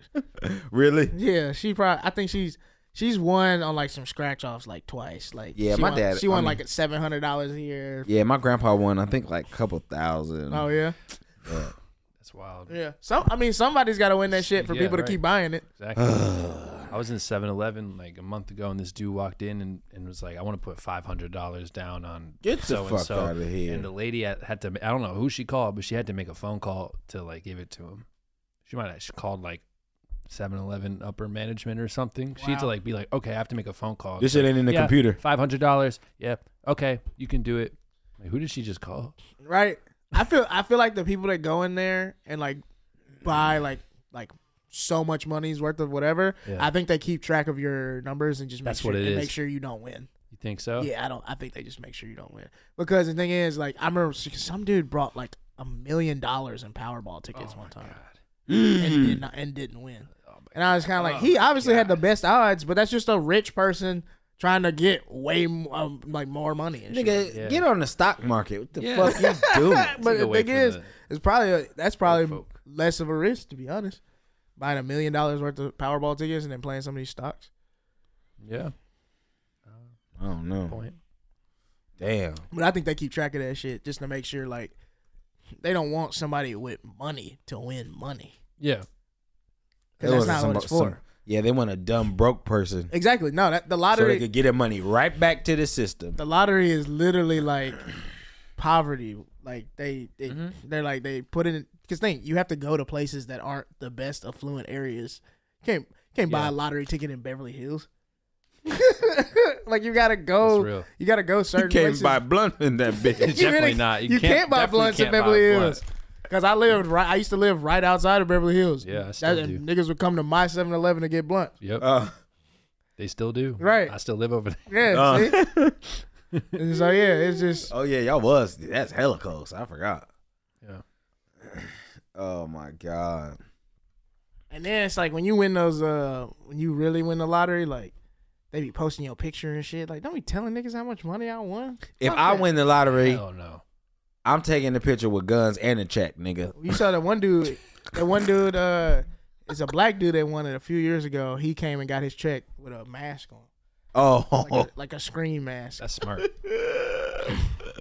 really? Yeah, she probably. I think she's she's won on like some scratch offs like twice. Like Yeah, she my won, dad- She won I mean- like seven hundred dollars a year. Yeah, my grandpa won. I think like a couple thousand. Oh yeah, Yeah. That's wild. yeah. Some I mean somebody's got to win that shit for Yeah, people right. to keep buying it. Exactly. <sighs> I was in 7-Eleven like a month ago, and this dude walked in and, and was like, "I want to put five hundred dollars down on Get the so fuck and so." outta here. And the lady had, had to. I don't know who she called, but she had to make a phone call to like give it to him. She might have she called like 7-Eleven upper management or something. She had to Wow. like be like, "Okay, I have to make a phone call." This shit ain't in the computer. Five hundred dollars. Yeah. Okay, you can do it. Like, who did she just call? Right. I feel I feel like the people that go in there and like buy like like so much money's worth of whatever. Yeah. I think they keep track of your numbers and just make That's sure what it and is. make sure you don't win. You think so? Yeah, I don't. I think they just make sure you don't win because the thing is, like, I remember s- some dude brought like a million dollars in Powerball Oh tickets one time and, Mm. Mm. did not, and didn't win. Oh and I was kind of like, he obviously had the best odds, but that's just a rich person trying to get way m- um, like more money. And shit. Nigga, Yeah. get on the stock market. What the Yeah. <laughs> <laughs> fuck you doing? but Take the away thing from is, the it's probably a, that's probably folk. less of a risk to be honest. Buying a million dollars worth of Powerball tickets and then playing some of these stocks. Yeah. I don't know. Point. Damn. But I think they keep track of that shit just to make sure like they don't want somebody with money to win money. Yeah. 'Cause That that's was not some- what it's some- for. yeah, they want a dumb broke person Exactly. No, that the so lottery they could get their money right back to the system. the lottery is literally like poverty. Like they, they Mm-hmm. they're like they put in because think you have to go to places that aren't the best affluent areas. can't can't buy Yeah. a lottery ticket in Beverly <laughs> Hills. like you gotta That's go, real. Oh, you gotta go certain You can't places. buy blunt in that bitch. You Definitely really- not. You you can't- can't buy definitely blunts in can't buy Beverly blunts. Hills. Cause I lived right, I used to live right outside of Beverly Hills. Yeah, I That- still and niggas would come to my 7-Eleven to get blunt. <laughs> Yep. Uh, they still do. right. I still live over <laughs> there. Yeah, Uh. <laughs> see? And so yeah, it's just oh yeah, y'all was. That's hella close. I forgot. Yeah. Oh my god. And then it's like when you win those, uh, when you really win the lottery, like they be posting your picture and shit. Like, don't be telling niggas how much money I won. If Fuck I that. win the lottery, Hell no. I'm taking the picture with guns and a check, nigga. You saw that one dude, that one dude, uh, it's a black dude that won it a few years ago. He came and got his check with a mask on, <laughs> Oh, <laughs> like, a, like a screen mask. That's smart.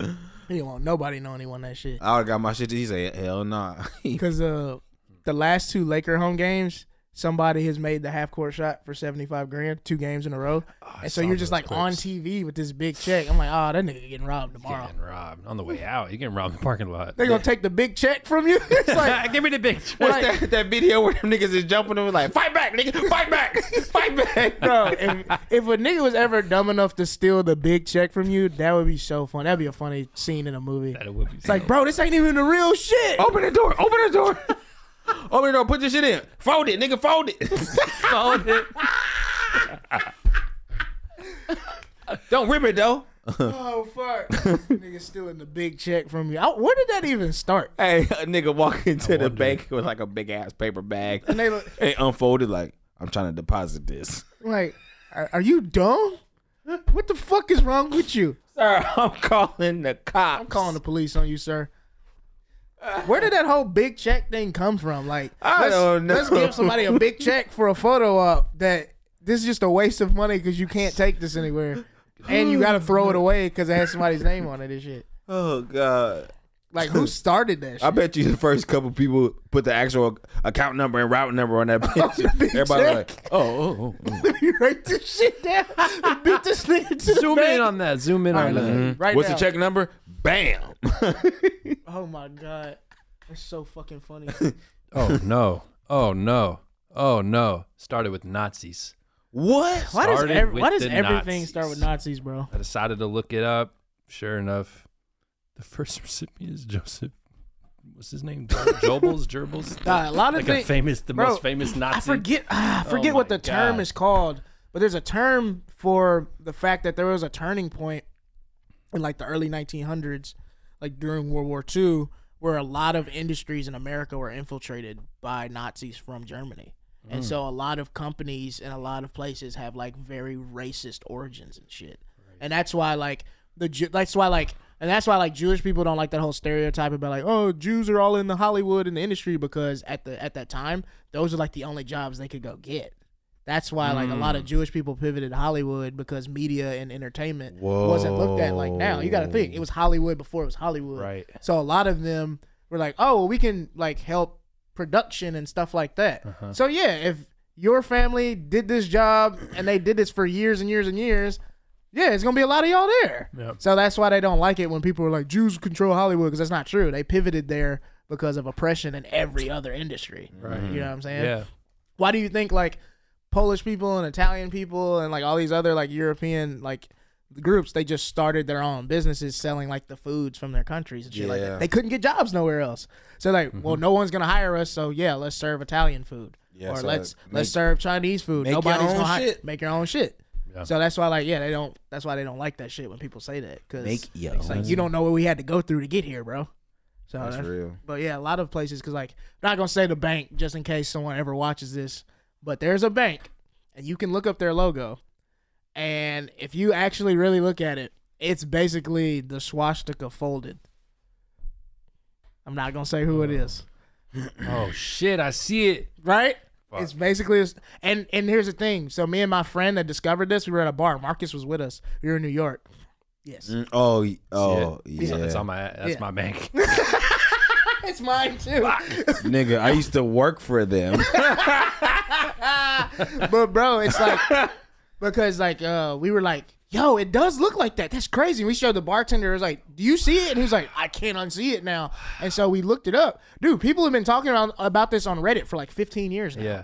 <laughs> He didn't want nobody knowing he won that shit. I would've got my shit. He said, "Hell nah." Because uh, the last two Laker home games, somebody has made the half court shot for seventy five grand, two games in a row. and so Ah, saw you're just those like on clips. TV with this big check. I'm like, oh, that nigga getting robbed tomorrow. Getting robbed on the way out. You're getting robbed in the parking lot. <laughs> They gonna take the big check from you. <laughs> it's like, Give me the big. What's Like- <laughs> that, that video where them niggas is jumping and was like, "Fight back, nigga! Fight back! Fight back!" bro, if, if a nigga was ever dumb enough to steal the big check from you, that would be so fun. That'd be a funny scene in a movie. That would be It's like, bro, this ain't even the real shit. Open the door. Open the door. <laughs> Open the door. Put your shit in. Fold it, nigga. Fold <laughs> it. Fold it. <laughs> Don't rip it though. Oh fuck, nigga stealing the big check from you. I, where did that even start? Hey, a nigga walk into the wonder. bank with like a big ass paper bag And they look- and unfold it like, "I'm trying to deposit this." Like, are, are you dumb? What the fuck is wrong with you? Sir, I'm calling the cops. I'm calling the police on you, sir. Where did that whole big check thing come from? Like, I let's, don't know. let's give somebody a <laughs> big check for a photo op that this is just a waste of money because you can't take this anywhere, and you got to throw it away because it has somebody's name on it and shit. Oh God. Like, who started that? Shit? I bet you the first couple people put the actual account number and route number on that <laughs> picture. big <laughs> Everybody check. <laughs> like, oh, oh, oh. Let me write this shit down. and Beat this nigga to the <laughs> Zoom bank. in on that. Zoom in All right, on that. look, right Mm-hmm. What's now. the check number? Bam. Oh my god, that's so fucking funny. Mm-hmm. Oh no. Oh no. Oh no. Started with Nazis. <laughs> what? Why does, Started ev- why with does the everything Nazis. start with Nazis, bro? I decided to look it up. Sure enough, the first <laughs> recipient is Joseph. What's his name? Jobels, Gerbils. <laughs> Nah, a lot of like a things. famous, the Bro, most famous Nazi. Oh I forget. ah, I forget my what the term God. is called, but there's a term for the fact that there was a turning point in like the early 1900s, like during World War II, where a lot of industries in America were infiltrated by Nazis from Germany. And so a lot of companies and a lot of places have like very racist origins and shit. And that's why like the Ju- that's why like and that's why like Jewish people don't like that whole stereotype about like oh Jews are all in the Hollywood and the industry because at the at that time those are like the only jobs they could go get. That's why like a lot of Jewish people pivoted to Hollywood because media and entertainment wasn't looked at like now. You got to think it was Hollywood before it was Hollywood. Right. So a lot of them were like, "Oh, well, we can like help production and stuff like that." So yeah, if your family did this job and they did this for years and years and years, yeah, it's gonna be a lot of y'all there. Yep. So that's why they don't like it when people are like, "Jews control Hollywood," because that's not true. They pivoted there because of oppression in every other industry. Right. You know what I'm saying? Yeah. why do you think like Polish people and Italian people and like all these other like European like groups they just started their own businesses selling like the foods from their countries and shit like Yeah. Mm-hmm. that. They couldn't get jobs nowhere else. So like, well, no one's gonna hire us, so yeah, let's serve Italian food. Yeah, or so let's make- let's serve Chinese food. make your Nobody's own gonna hi- shit. make your own shit. Yeah. So that's why like yeah, they don't that's why they don't like that shit when people say that cuz Make your it's like own. you don't know what we had to go through to get here, bro. So That's that's- real. but yeah, a lot of places because like I'm not gonna say the bank just in case someone ever watches this, but there's a bank and you can look up their logo, and if you actually really look at it, it's basically the swastika folded. I'm not gonna say who it is, Oh shit! I see it. right? It's basically this, and and here's the thing. So me and my friend that discovered this, we were at a bar. Marcus was with us. We were in New York. Yes, Mm, Oh, y- oh, It's yeah. on- It's on my. That's Yeah. <laughs> my bank. it's mine too. <laughs> Nigga, I used to work for them. but bro, it's like because like uh we were like, yo, it does look like that. That's crazy. We showed the bartender. It was like, do you see it? And he was like, I can't unsee it now. And so we looked it up, dude. People have been talking about, about this on Reddit for like 15 years now. yeah.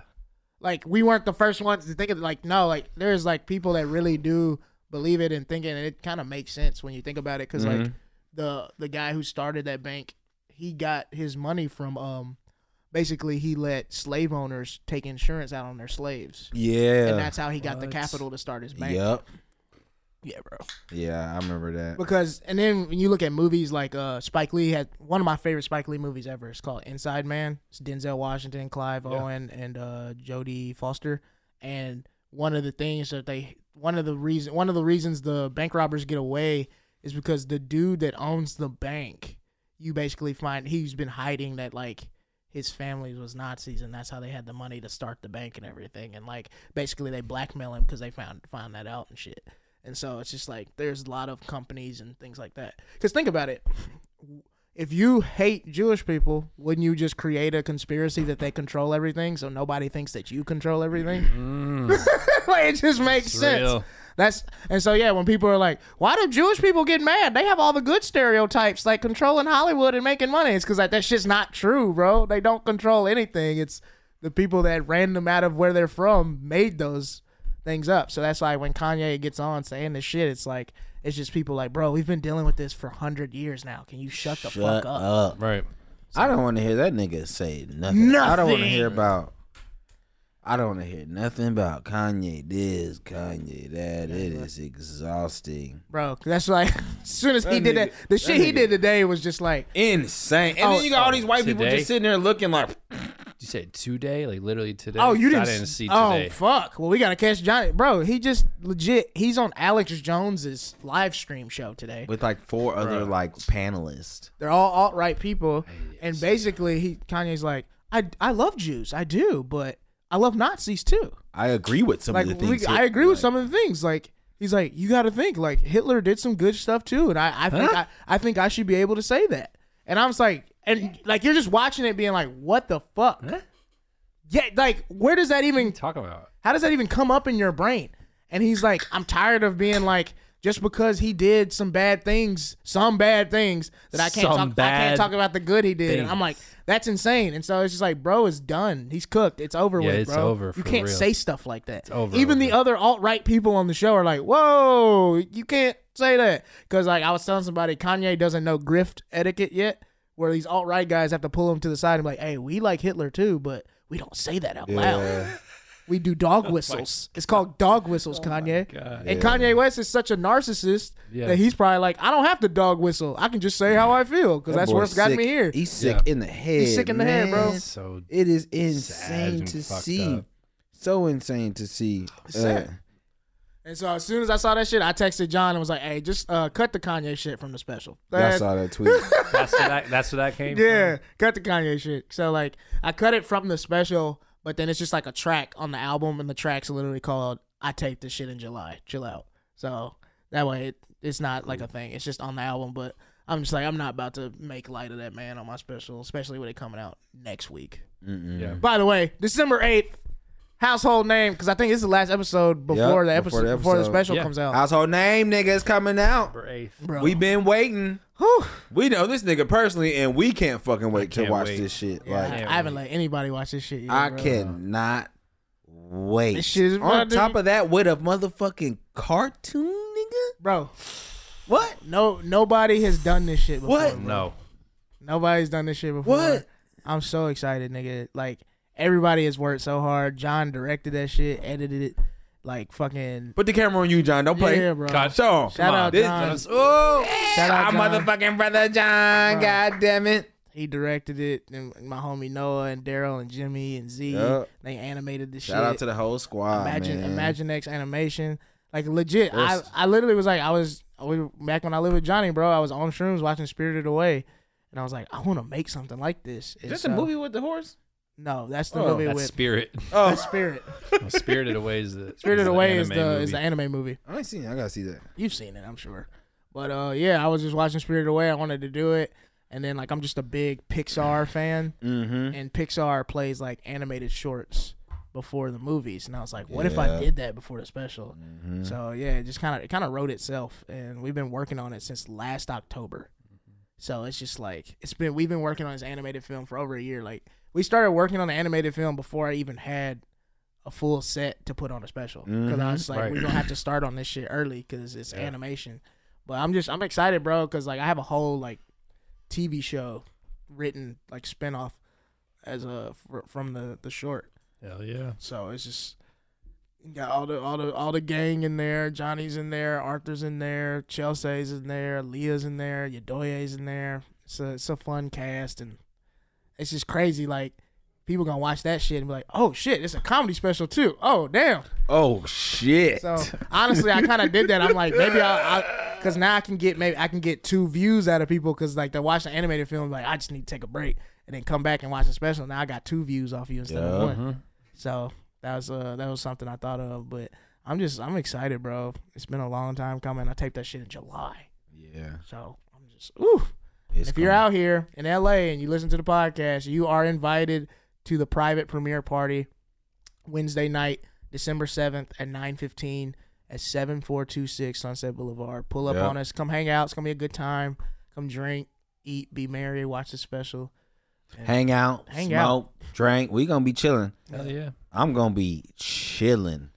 Like we weren't the first ones to think of it. Like no, like there's like people that really do believe it and think it, and it kind of makes sense when you think about it. Because like the the guy who started that bank, he got his money from um. Basically, he let slave owners take insurance out on their slaves yeah. and that's how he got the What? capital to start his bank. Yep. Yeah, bro. Yeah, I remember that. Because and then when you look at movies like uh Spike Lee had one of my favorite Spike Lee movies ever. It's called Inside Man. It's Denzel Washington, Clive Owen, and uh Jodie Foster. And one of the things that they one of the reason one of the reasons the bank robbers get away is because the dude that owns the bank, you basically find he's been hiding that like his family was Nazis and that's how they had the money to start the bank and everything. And like basically they blackmail him because they found found that out and shit. And so it's just like there's a lot of companies and things like that. Because think about it, if you hate Jewish people, wouldn't you just create a conspiracy that they control everything so nobody thinks that you control everything? <laughs> like it just makes sense. real. That's and so yeah, when people are like, "Why do Jewish people get mad? They have all the good stereotypes like controlling Hollywood and making money." It's because like that shit's not true, bro. They don't control anything. It's the people that ran them out of where they're from made those things up. So that's why when Kanye gets on saying this shit, it's like it's just people like, "Bro, we've been dealing with this for hundred years now. Can you shut the fuck Shut up?" up. Right. I don't want to hear that nigga say nothing. I don't want Nothing. to hear about. I don't want to hear nothing about Kanye this, Kanye that. It is exhausting, Bro, that's like <laughs> as soon as he That did nigga- that, the that shit he nigga- did today was just like, insane. And Oh, then you got all these white people today? just sitting there looking like, You said today, like literally today. Oh, you didn't, I s- didn't see Oh today. fuck! Well, we gotta catch Johnny, bro. He just legit. He's on Alex Jones's live stream show today. with like four other like panelists. They're all alt right people, and basically, he Kanye's like, I I love Jews, I do, but I love Nazis too. I agree with some Like of the we, things. I agree with some of the things. Like he's like, you got to think like Hitler did some good stuff too, and I I think I, I think I should be able to say that. And I was like, and like you're just watching it, being like, what the fuck? Huh? Yeah, like where does that even <laughs> Talk about how does that even come up in your brain? And he's like, I'm tired of being like, just because he did some bad things, some bad things that I can't Some talk. I bad can't talk about the good he did. And I'm things. like, that's insane. And so it's just like, bro, it's done. He's cooked. It's over Yeah, with, it's bro. over, you for can't real. say stuff like that. over, Even the over. other alt right people on the show are like, whoa, you can't say that because like I was telling somebody, Kanye doesn't know grift etiquette yet. Where these alt right guys have to pull him to the side and be like, hey, we like Hitler too, but we don't say that out loud. We do <laughs> Oh dog whistles. It's called dog whistles, Kanye. God. And Kanye West is such a narcissist Yeah. that he's probably like, I don't have to dog whistle. I can just say how I feel because that's what's got me here. He's sick Yeah. in the head. sick in the head, bro. man. it. So It is Sad insane and to fucked see. up. So insane to see. Uh, Sad. And so as soon as I saw that shit, I texted John and was like, "Hey, just uh, cut the Kanye shit from the special." I That- saw that tweet. <laughs> that's where that, that's where that came. yeah, cut the Kanye shit. So like, I cut it from the special, but then it's just like a track on the album, and the track's literally called "I Taped This Shit in July." Chill out. So that way, it, it's not like a thing. It's just on the album, but. I'm just like I'm not about to make light of that man on my special, especially with it coming out next week. Mm-mm. Yeah. By the way, December eighth, household name because I think this is the last episode before the Yep, episode before before the, the episode. special Yeah. comes out. Household name niggas coming out. From. Eighth. Bro. We been waiting. Whew. We know this nigga personally, and we can't fucking wait to can't watch wait. this shit. Yeah, like I, can't I haven't wait. let anybody watch this shit yet. I bro. cannot wait. This shit is On fucking- top of that, with a motherfucking cartoon, nigga. Bro, What? no nobody has done this shit before. What? bro. No. Nobody's done this shit before. What? I'm so excited, nigga. Like everybody has worked so hard. John directed that shit, edited it, like fucking Put the camera on you, John. Don't play. Yeah, bro. God, Show 'em. Shout Come out on, This- John. oh, Shout out our John. motherfucking brother John. Bro. God damn it. He directed it, and my homie Noah and Daryl and Jimmy and Z. Yeah. They animated the shit. Shout out to the whole squad, Imagine man. Imagine X animation. Like legit, I, That's- I literally was like I was we, back when I lived with Johnny, bro. I was on shrooms watching Spirited Away, and I was like, I want to make something like this. And so- with the horse? No, that's the Oh. movie That's with <laughs> Spirit. Oh, that's <laughs> Spirit. No, Spirited Away is the Spirited is the Away is the anime is the movie. anime movie. I ain't seen it. I gotta see that. You've seen it, I'm sure. But uh, yeah, I was just watching Spirited Away. I wanted to do it, and then like I'm just a big Pixar <laughs> fan, Mm-hmm. and Pixar plays like animated shorts before the movies, and I was like, what if I Yeah. did that before the special? Mm-hmm. So yeah, it just kind of it kind of wrote itself, and we've been working on it since last October. So it's just like it's been we've been working on this animated film for over a year. Like we started working on the animated film before I even had a full set to put on a special because I was like Right. we're gonna have to start on this shit early because it's animation. But I'm just I'm excited, bro, because like I have a whole like TV show written like spinoff as a fr- from the the short. Hell yeah. So it's just you got all the all the all the gang in there. Johnny's in there. Arthur's in there. Chelsea's in there. Leah's in there. Yadoye's in there. It's a it's a fun cast and it's just crazy. Like people gonna watch that shit and be like, oh shit, it's a comedy special too. Oh damn. Oh shit. <laughs> So honestly, I kind of did that. I'm like, maybe I, I, because now I can get maybe I can get two views out of people because like they watch the animated film, like I just need to take a break and then come back and watch the special. Now I got two views off you instead of one. Mm-hmm. So that was uh that was something I thought of, but I'm just I'm excited, bro. It's been a long time coming. I taped that shit in July, Yeah. so I'm just ooh. It's If you're out here in LA and you listen to the podcast, you are invited to the private premiere party Wednesday night, December 7th at 9:15 at 7426 Sunset Boulevard. Pull up Yeah. on us. Come hang out. It's going to be a good time. Come drink, eat, be merry, watch the special. coming. hang out, Hang smoke, drink. We gonna be chilling. Hell yeah. I'm gonna be chilling.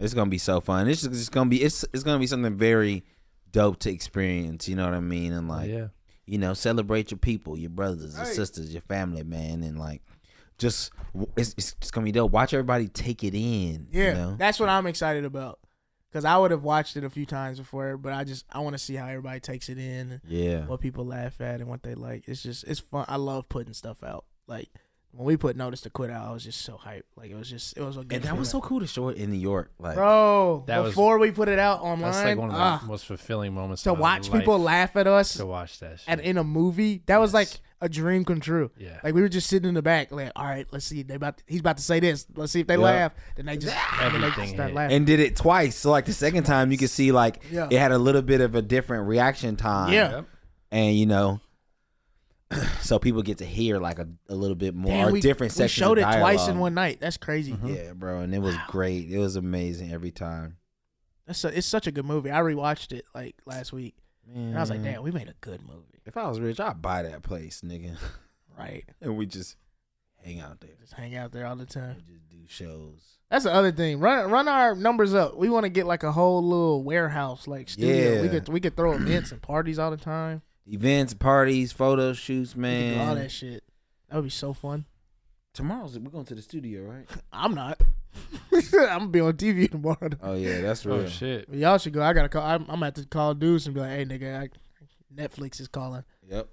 It's gonna be so fun. It's just it's gonna be it's it's gonna be something very dope to experience. You know what I mean? And Hell like yeah. you know, celebrate your people, your brothers, your Right. sisters, your family, man, and like just w- it's it's just gonna be dope. Watch everybody take it in. Yeah, You know? that's what I'm excited about. Cause I would have watched it a few times before, but I just I want to see how everybody takes it in, yeah. what people laugh at, and what they like. It's just it's fun. I love putting stuff out. Like when we put notice to quit out, I was just so hyped. Like it was just it was a good. And that was so feeling. cool to show it in New York. Like bro. That was- before we put it out online, That's like one of the ah, most fulfilling moments to of my watch life, people laugh at us To watch that. Shit. and in a movie, that was like Yes. a dream come true. yeah. Like we were just sitting in the back, like, all right, let's see. They about to, he's about to say this. Let's see if they Yeah. laugh. Then they just, and then they just Everything start hit. laughing. and did it twice. So like the second time, you could see like Yeah. it had a little bit of a different reaction time. Yeah. Yep. and you know, <clears throat> so people get to hear like a, a little bit more Damn, or we, different we sections. showed it of twice dialogue. Mm-hmm. in one night. That's crazy. Yeah, bro, and it was great. It was amazing every time. That's a, it's such a good movie. I rewatched it like last week, Man. and I was Mm. like, damn, we made a good movie, If I was rich, I'd buy that place, nigga, right? and we just hang out there, Just hang out there all the time. and just do shows. That's the other thing. Run run our numbers up. We want to get like a whole little warehouse like studio. We Yeah. could we could throw events and parties all the time. Events, parties, photo shoots, We could do all man. that shit. That would be so fun. Tomorrow's we're going to the studio, right? I'm not. <laughs> I'm gonna be on TV tomorrow. <laughs> <laughs> Oh yeah, that's real. Oh shit. Y'all should go. I gotta call. I'm, I'm gonna have to call dudes and be like, "Hey, nigga, I, Netflix is calling, <laughs> Yep.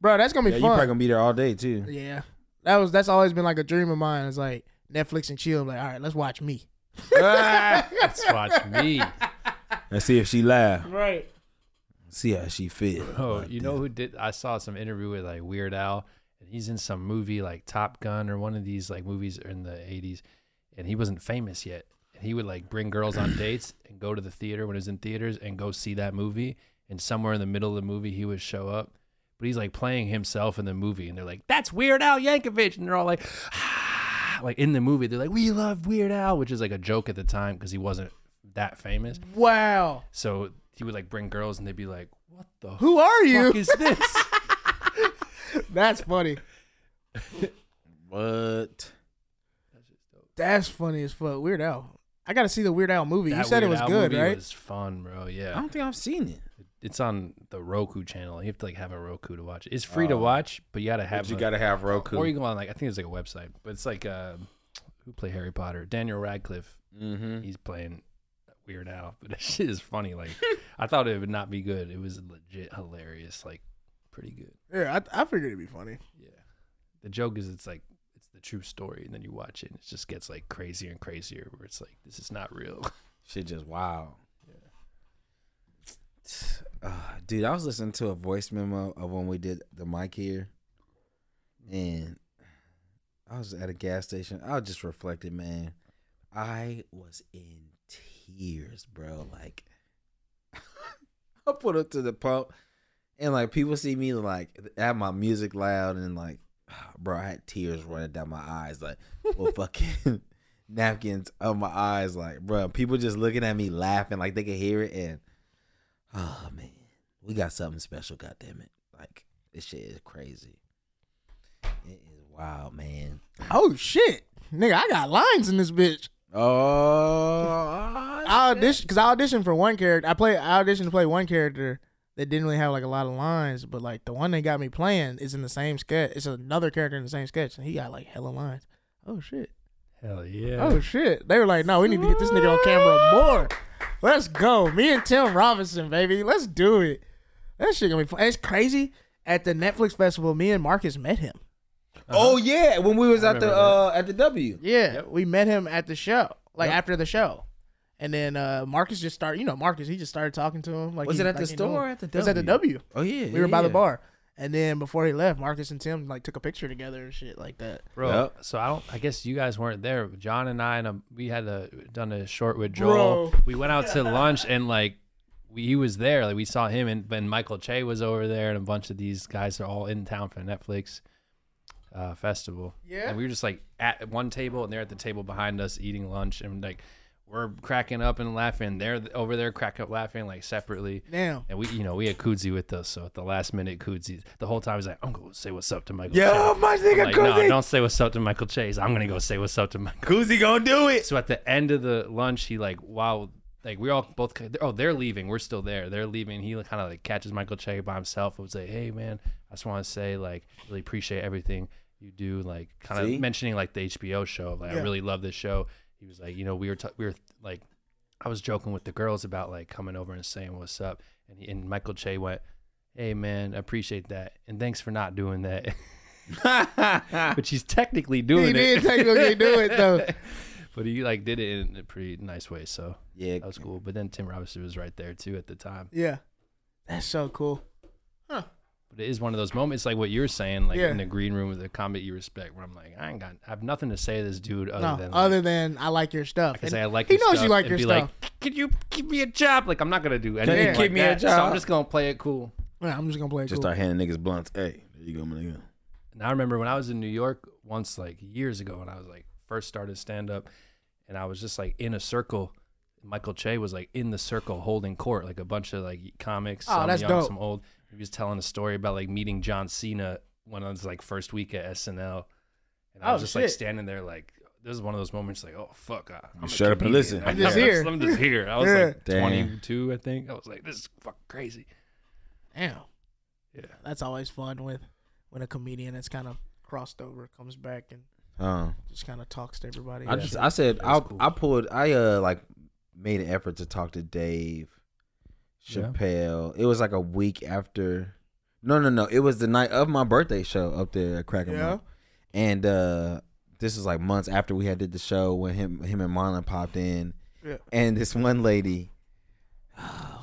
bro. That's gonna Yeah, be you probably fun." gonna be there all day too. <laughs> yeah, that was that's always been like a dream of mine. It's like Netflix and chill. I'm like, all right, let's watch me. <laughs> Let's watch me. Let's see if she laugh. Right. See how she feel. Oh, Like you know who did? I saw some interview with like Weird Al, and he's in some movie like Top Gun or one of these like movies in the '80s, and he wasn't famous yet. And he would like bring girls on dates and go to the theater when it was in theaters and go see that movie. And somewhere in the middle of the movie, he would show up, but he's like playing himself in the movie, and they're like, "That's Weird Al Yankovic," and they're all like, "Ah!" like in the movie, they're like, "We love Weird Al," which is like a joke at the time because he wasn't that famous. Wow. So he would like bring girls, and they'd be like, "What the Who are you? fuck is <laughs> this?" that's funny. What? That's funny as fuck. Weird Al. I gotta see the Weird Al movie. you That said it Weird was Al good, movie right? Was fun, bro. I Yeah, don't think I've seen it. it's on the Roku channel. You have to like have a Roku to watch. it. It's free to Oh. watch, but you gotta have. a- have Or you can go on like I think it's like a website, but it's like uh, who play Harry Potter? Daniel Radcliffe. Mm. mm-hmm. He's playing Weird Al, <laughs> but that shit is funny. Like I thought it would not be good. It was legit hilarious. Like pretty good. Yeah, I, I figured it'd be funny. Yeah. The joke is it's like it's the true story, and then you watch it, and it just gets like crazier and crazier. Where it's like this is not real. <laughs> Shit just wow. <sighs> Ah, dude, I was listening to a voice memo of when we did the mic here, and I was at a gas station. I was just reflected, man. I was in tears, bro. Like, <laughs> I put up to the pump, and like people see me like have my music loud, and like, <sighs> bro, I had tears running down my eyes, like, well, fucking. napkins on my eyes, like, bro, people just looking at me laughing, like they could hear it. And oh man, we got something special, goddamn it! Like this shit is crazy. It is wild, man. Oh shit, nigga, I got lines in this bitch. Oh, I auditioned because I auditioned for one character. I play. I auditioned to play one character that didn't really have like a lot of lines, but like the one they got me playing is in the same sketch. It's another character in the same sketch, and he got like hella lines. Oh shit. Hell yeah. Oh shit. They were like, no, we need to get this nigga on camera more. Let's go. Me and Tim Robinson, baby. Let's do it. That shit gonna be fun. It's crazy. At the Netflix festival, me and Marcus met him. oh yeah, when we was I at the remember uh, at the W. Yeah, Yep. we met him at the show, like after the show, and then uh, Marcus just started. You know, Marcus he just started talking to him. Like Was he- it at the like he knew store or him. at the It was at the W? W. Oh yeah, We were by the bar, and then before he left, Marcus and Tim like took a picture together and shit like that. Bro, Yep. so I don't. I guess you guys weren't there. but John and I and um, we had a done a short with Joel. Bro. We went out to lunch and like we, he was there. Like we saw him and then Michael Che was over there and a bunch of these guys are all in town for Netflix uh, festival. Yeah. and we were just like at one table and they're at the table behind us eating lunch and like we're cracking up and laughing. They're over there cracking up laughing like separately. Now, And we, you know, we had Koozie with us. So at the last minute, Koozie, the whole time he's like, I'm going to say what's up to Michael Che. Yo, my I'm nigga, like, Koozie, no, don't say what's up to Michael Chase. I'm gonna go say what's up to Michael. Koozie gonna do it. So at the end of the lunch, he like, wow, like we all both. Oh, they're leaving. We're still there. They're leaving. He kind of like catches Michael Che by himself and was like, hey man, I just want to say like, really appreciate everything you do. Like, kind See? of mentioning like the HBO show. Like, Yeah. I really love this show. He was like, you know, we were t- we were like, I was joking with the girls about like coming over and saying what's up, <laughs> and he, and Michael Che went. Hey man, I appreciate that, <laughs> and thanks for not doing that. yeah, but she's technically He doing it. did technically do it though. <laughs> But he like did it in a pretty nice way, so that was that's cool. But then Tim Robinson was right there too at the time. Yeah, that's so cool. But it is one of those moments, like what you're saying, like Yeah. in the green room with the combat you respect, where I'm like, I ain't got, I have nothing to say to this dude other no, than, like, other than I like your stuff. I can And say I like. he your knows stuff you like and your be stuff. Like, can you give me a job? Like I'm not gonna do you anything. give like me a that, So job? I'm just gonna play it cool. Yeah, I'm just gonna play it Just cool. start handing niggas blunts. Hey, there you go, my nigga. And I remember when I was in New York once, like years ago, when I was like first started stand up, and I was just like in a circle. Michael Che was like in the circle holding court, like a bunch of like comics, Oh, some that's young, dope. some old. He was telling a story about like meeting John Cena when I was like first week at SNL, and I Oh, was just like shit. standing there like. This is one of those moments like, oh fuck! I, I'm a shut up and comedian. listen. I'm just here. I'm just here. I was Yeah. like Damn. 22, I think. I was like, this is fucking crazy. Damn. Yeah. That's always fun with when a comedian that's kind of crossed over comes back and Um, just kind of talks to everybody. I and just shit. I said That's I cool. I pulled I uh like made an effort to talk to Dave Yeah. Chappelle. It was like a week after. No, no, no. It was the night of my birthday show up there at Cracker Yeah. Barrel. and uh this is like months after we had did the show when him him and Marlon popped in, Yeah. and this one lady,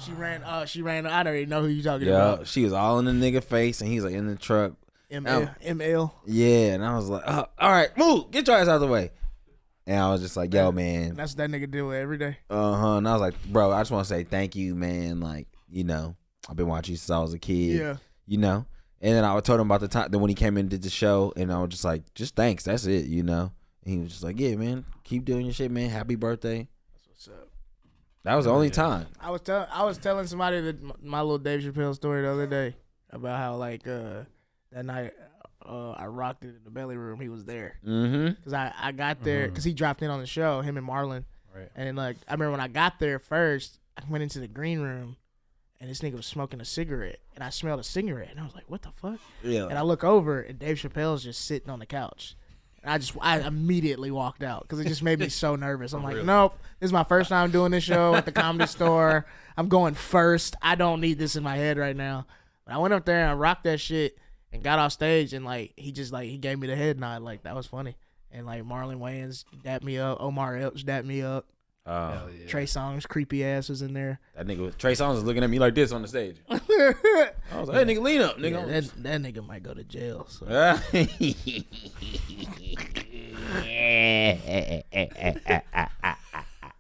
she ran. Uh, she ran. I don't even know who you talking yeah, about. she was all in the nigga face, and he's like in the truck, ML. ML. yeah, and I was like, oh, all right, move, get your ass out of the way, and I was just like, yo, man, And that's what that nigga deal with every day. Uh huh. And I was like, bro, I just want to say thank you, man. Like, you know, I've been watching you since I was a kid. Yeah. You know. And then I told him about the time. Then when he came in and did the show, and I was just like, just thanks. That's it. You know. And he was just like, yeah, man, keep doing your shit, man. Happy birthday. What's up? That was the only time. I was telling I was telling somebody that my, my little Dave Chappelle story the other day about how like uh that night uh I rocked it in the belly room. He was there Mm-hmm. because I I got there because he dropped in on the show. Him and Marlon. Right. And then, like, I remember when I got there first, I went into the green room and this nigga was smoking a cigarette. And I smelled a cigarette and I was like, what the fuck? Yeah. And I look over and Dave Chappelle's just sitting on the couch. And I just, I immediately walked out because it just made me so nervous. Oh, I'm like, nope, this is my first time doing this show at the comedy store. I'm going first. I don't need this in my head right now. But I went up there and I rocked that shit and got off stage and like, he just like, he gave me the head nod. Like, that was funny. And like Marlon Wayans dapped me up, Omar Epps dapped me up. Oh, Hell yeah. Trey Songz creepy ass was in there. that nigga was, Trey Songz was looking at me like this on the stage. <laughs> I Yeah, was like, hey, nigga, lean up, nigga. that, that nigga might go to jail. <laughs> So.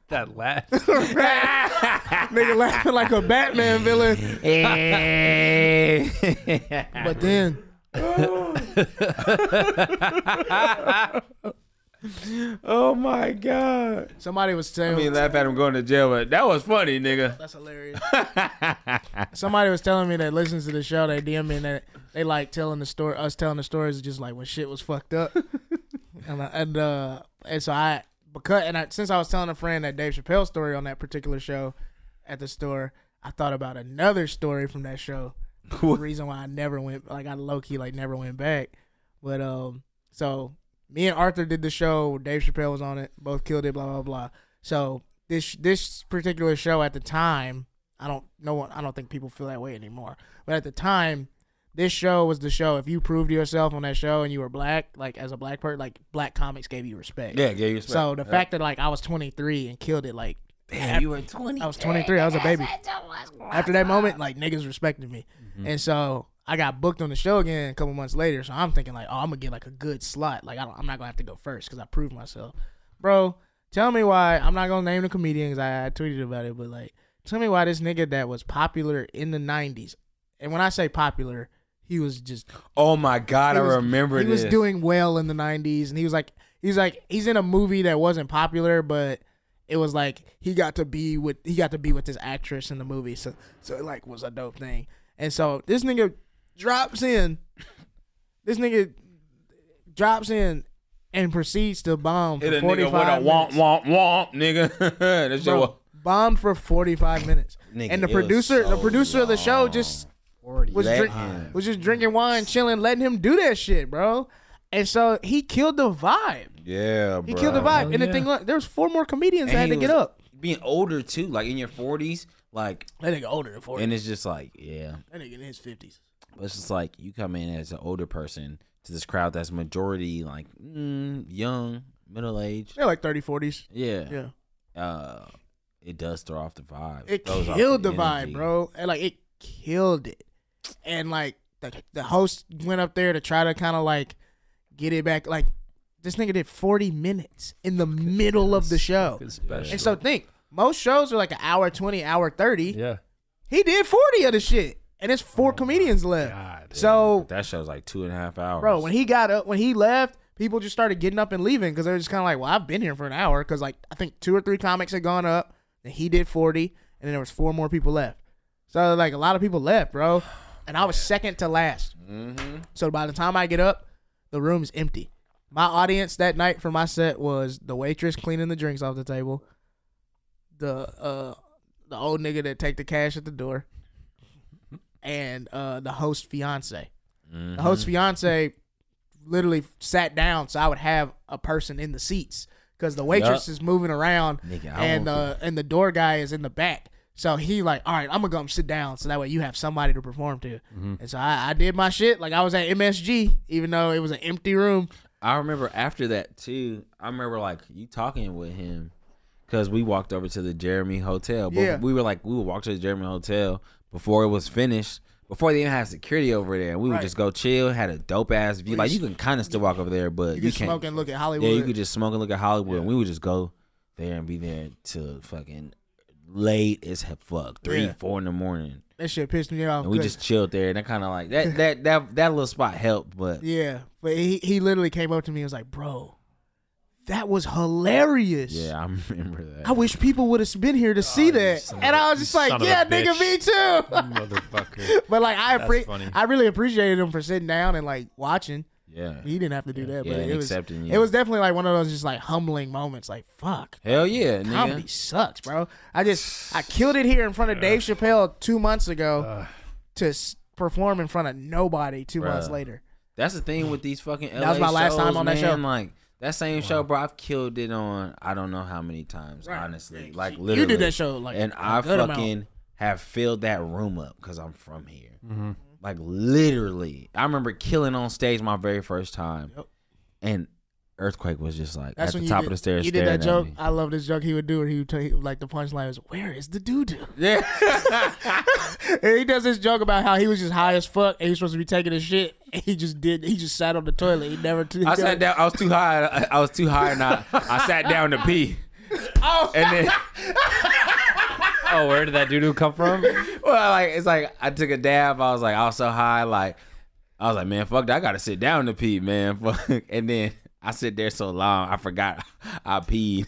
That laugh. nigga laughing like a Batman <laughs> villain. But then, oh my god. somebody was I telling mean, laugh at him going to jail, but that was funny, nigga. that's hilarious. <laughs> somebody was telling me that listens to the show. They DM me and that they like telling the story. Us telling the stories is just like when shit was fucked <laughs> up. and I, and uh and so I because and I, since I was telling a friend that Dave Chappelle story on that particular show at the store, I thought about another story from that show. the reason why I never went like I low key like never went back. But um so me and Arthur did the show. Dave Chappelle was on it. Both killed it. Blah blah blah. So this this particular show at the time, I don't know. I don't think people feel that way anymore. But at the time, this show was the show. If you proved yourself on that show and you were black, like as a black person, like black comics gave you respect. Yeah, yeah, you respect. So the fact that like I was 23 and killed it, like Damn, you were 20. I was 23. I was a baby. After that moment, like niggas respected me, and so I got booked on the show again a couple months later. So I'm thinking like, oh, I'm gonna get like a good slot. Like I don't, I'm not gonna have to go first because I proved myself, bro. Tell me why I'm not gonna name the comedian 'cause I, I tweeted about it, but like, tell me why this nigga that was popular in the 90s, and when I say popular, he was just Oh my god, he was- I remember he this. was doing well in the '90s, and he was like, he's like, he's in a movie that wasn't popular, but it was like he got to be with he got to be with this actress in the movie, so so it like was a dope thing. And so this nigga drops in, this nigga drops in, and proceeds to bomb Hit for a nigga with 45 a womp minutes. womp womp, nigga. <laughs> That's Bro, your bomb for 45 minutes, Nigga, and the it was producer, the so producer of the show long. just was Let drink- him. was just drinking wine, chilling, letting him do that shit, bro. And so he killed the vibe. Yeah, bro. He killed the vibe. Hell and the yeah. thing, like, there was four more comedians that had And to he get was up. Being older too, like in your forties, like, That nigga older than forty. and it's just like, yeah, that nigga in his fifties. But it's just like you come in as an older person to this crowd that's majority like mm, young, middle aged. They're like 30, 40s. Yeah. Yeah. Uh, it does throw off the vibe. It throws off killed the vibe, energy. bro. And like it killed it. And like the the host went up there to try to kind of like get it back. Like this nigga did forty minutes in the middle of the show. It's special. And so think most shows are like an hour twenty, hour thirty. <laughs> yeah. Oh He did forty of the shit, and it's four comedians left. God. So, That show's like two and a half hours. bro, when he got up, when he left, people just started getting up and leaving because they were just kind of like, "Well, I've been here for an hour." Because like I think two or three comics had gone up, and he did forty, and then there was four more people left. So like a lot of people left, bro, and I was second to last. So by the time I get up, the room's empty. My audience that night for my set was the waitress cleaning the drinks off the table, the uh the old nigga that take the cash at the door, and uh the host fiance. The Mm-hmm. host fiance literally sat down so I would have a person in the seats because the waitress Yup. is moving around Nigga, I and want uh, and the door guy is in the back. So he like, all right, I'm gonna go and sit down so that way you have somebody to perform to. Mm-hmm. And so I, I did my shit like I was at MSG even though it was an empty room. I remember after that too. I remember like you talking with him because we walked over to the Jeremy Hotel. But Yeah. we were like we would walk to the Jeremy Hotel before it was finished. Before they even had security over there, we Right. would just go chill. Had a dope ass view. Like you can kind of still walk over there, but You you, could can't. smoke and look at Hollywood. yeah, you could just smoke and look at Hollywood. And we would just go there and be there till fucking late as he- fuck, three, Yeah. four in the morning. that shit pissed me off. And we 'cause- just chilled there, and that kind of <laughs> like that that that that little spot helped, but yeah, but he he literally came up to me and was like, bro, that was hilarious. yeah, I remember that. I wish people would have been here to see that. Oh, son of And a- I was just you like, son of a yeah, nigga, bitch." me <laughs> too. Motherfucker. but like, I That's funny. appre- I really appreciated him for sitting down and like watching. yeah, He didn't have to do that, yeah, but and it was accepting you. it was definitely like one of those just like humbling moments. Like, fuck, Hell yeah, nigga. comedy sucks, bro. I just I killed it here in front of Dave Chappelle two months ago to s- perform in front of nobody two months Bruh. later. That's the thing with these fucking LA That was my last shows, time on that man. show. Like that same show, bro. I've killed it on I don't know how many times, Right. honestly. Like You literally, did that show, like, and a I good amount. fucking have filled that room up because I'm from here. Like literally, I remember killing on stage my very first time, Yep. and earthquake was just like That's at when the you top did, of the stairs. You did that staring at joke. <laughs> me. I love this joke he would do, and he would tell you like the punchline is, "Where is the doo doo?" Yeah. <laughs> And he does this joke about how he was just high as fuck and he was supposed to be taking a shit. And he just did. He just sat on the toilet. He never. T- I sat down. I was too high. I, I was too high, and I, I sat down to pee. <laughs> Oh. and then oh, where did that doo doo come from? well, like it's like I took a dab. I was like, I was so high, like I was like, man, fuck, that, I gotta sit down to pee, man. <laughs> Fuck. And then I sit there so long, I forgot I peed.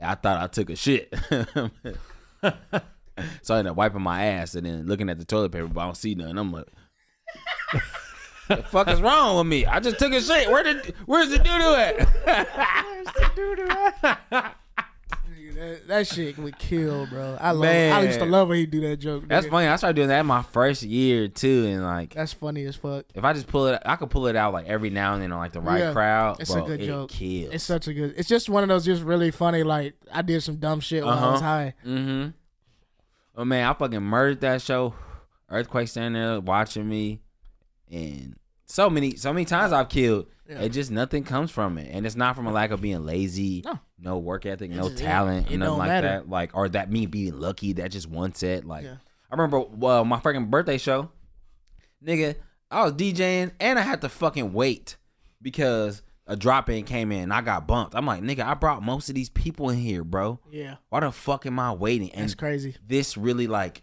I thought I took a shit, <laughs> so I ended up wiping my ass and then looking at the toilet paper, but I don't see nothing. I'm like. the fuck is wrong with me? I just took a shit. Where did where's the doo doo at? <laughs> That, that shit would kill, bro. I love. I Man. used to love when he do that joke. That's nigga. funny. I started doing that my first year too, and like That's funny as fuck. If I just pull it, I could pull it out like every now and then on like the right Yeah. crowd. It's a bro, good it joke. Kills. It's such a good. It's just one of those just really funny. Like I did some dumb shit while I was Uh-huh. high. mm-hmm. Oh man, I fucking murdered that show. Earthquake standing there watching me, and so many, so many times I've killed. Yeah. It just nothing comes from it, and it's not from a lack of being lazy, No. no, work ethic, It's no just- it- talent, it or don't nothing like matter. that. Like or that me being lucky that just one set. Like Yeah. I remember, well, my fucking birthday show, nigga. I was DJing and I had to fucking wait because a drop in came in and I got bumped. I'm like, nigga, I brought most of these people in here, bro. Yeah, Why the fuck am I waiting? And that's crazy. this really like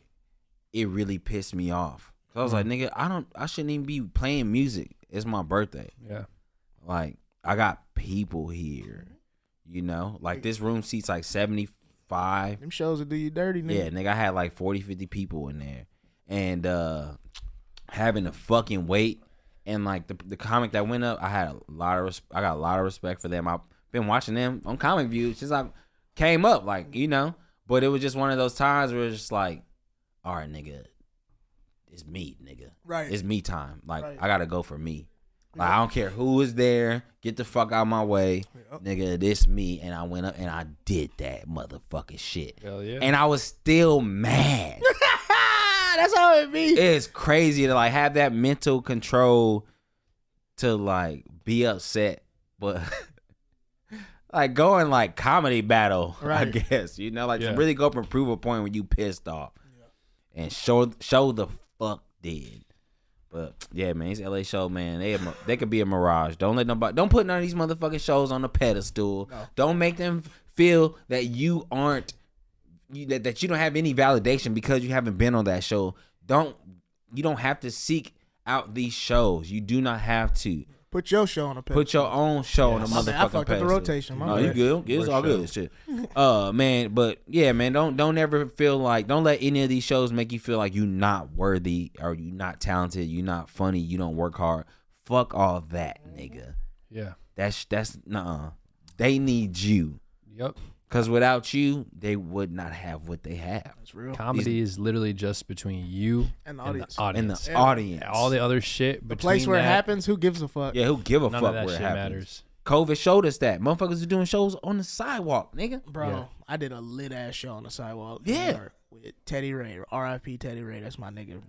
it really pissed me off. 'Cause I was like, nigga, I don't I shouldn't even be playing music. It's my birthday. Yeah. Like, I got people here. You know? Like this room seats like 75. Them shows will do you dirty, nigga. Yeah, nigga, I had like 40, 50 people in there. And uh having to fucking wait and like the the comic that went up, I had a lot of res- I got a lot of respect for them. I've been watching them on Comic View since I came up, like, you know. But it was just one of those times where it's just like, all right, nigga, it's me, nigga. Right. It's me time. Like Right. I gotta go for me. Like I don't care who is there. Get the fuck out of my way, Yep. nigga. This me, and I went up and I did that motherfucking shit Hell yeah. and I was still mad. that's how it be. it's crazy to like have that mental control to like be upset, but <laughs> like going like comedy battle, I Right. guess you know, like Yeah. to really go up and prove a point when you pissed off and show show the fuck did. But yeah, man, it's LA show, man. They a mi- they could be a mirage. Don't let nobody. Don't put none of these motherfucking shows on a pedestal. Don't make them feel that you aren't you, that, that you don't have any validation because you haven't been on that show. Don't you don't have to seek out these shows. You do not have to Put your show on a pedestal. put your own show on a My motherfucking bad, I fucked up the pedestal. rotation. My No, you bad. good? It's Worst all good. Shit. Uh, man, but yeah, man, don't don't ever feel like don't let any of these shows make you feel like you not worthy or you not talented, you not funny, you don't work hard. Fuck all that, nigga. Yeah. That's that's nah. They need you Yep. because without you, they would not have what they have. That's real. Comedy is literally just between you And the and audience. the And the audience. Yeah. audience, All the other shit. The place between where it that, happens, who gives a fuck? yeah, who give a None fuck of that where shit it happens? matters. COVID showed us that motherfuckers are doing shows on the sidewalk, nigga. Bro, Yeah. I did a lit ass show on the sidewalk. in Yeah. New York With Teddy Ray, R.I.P. Teddy Ray. That's my nigga.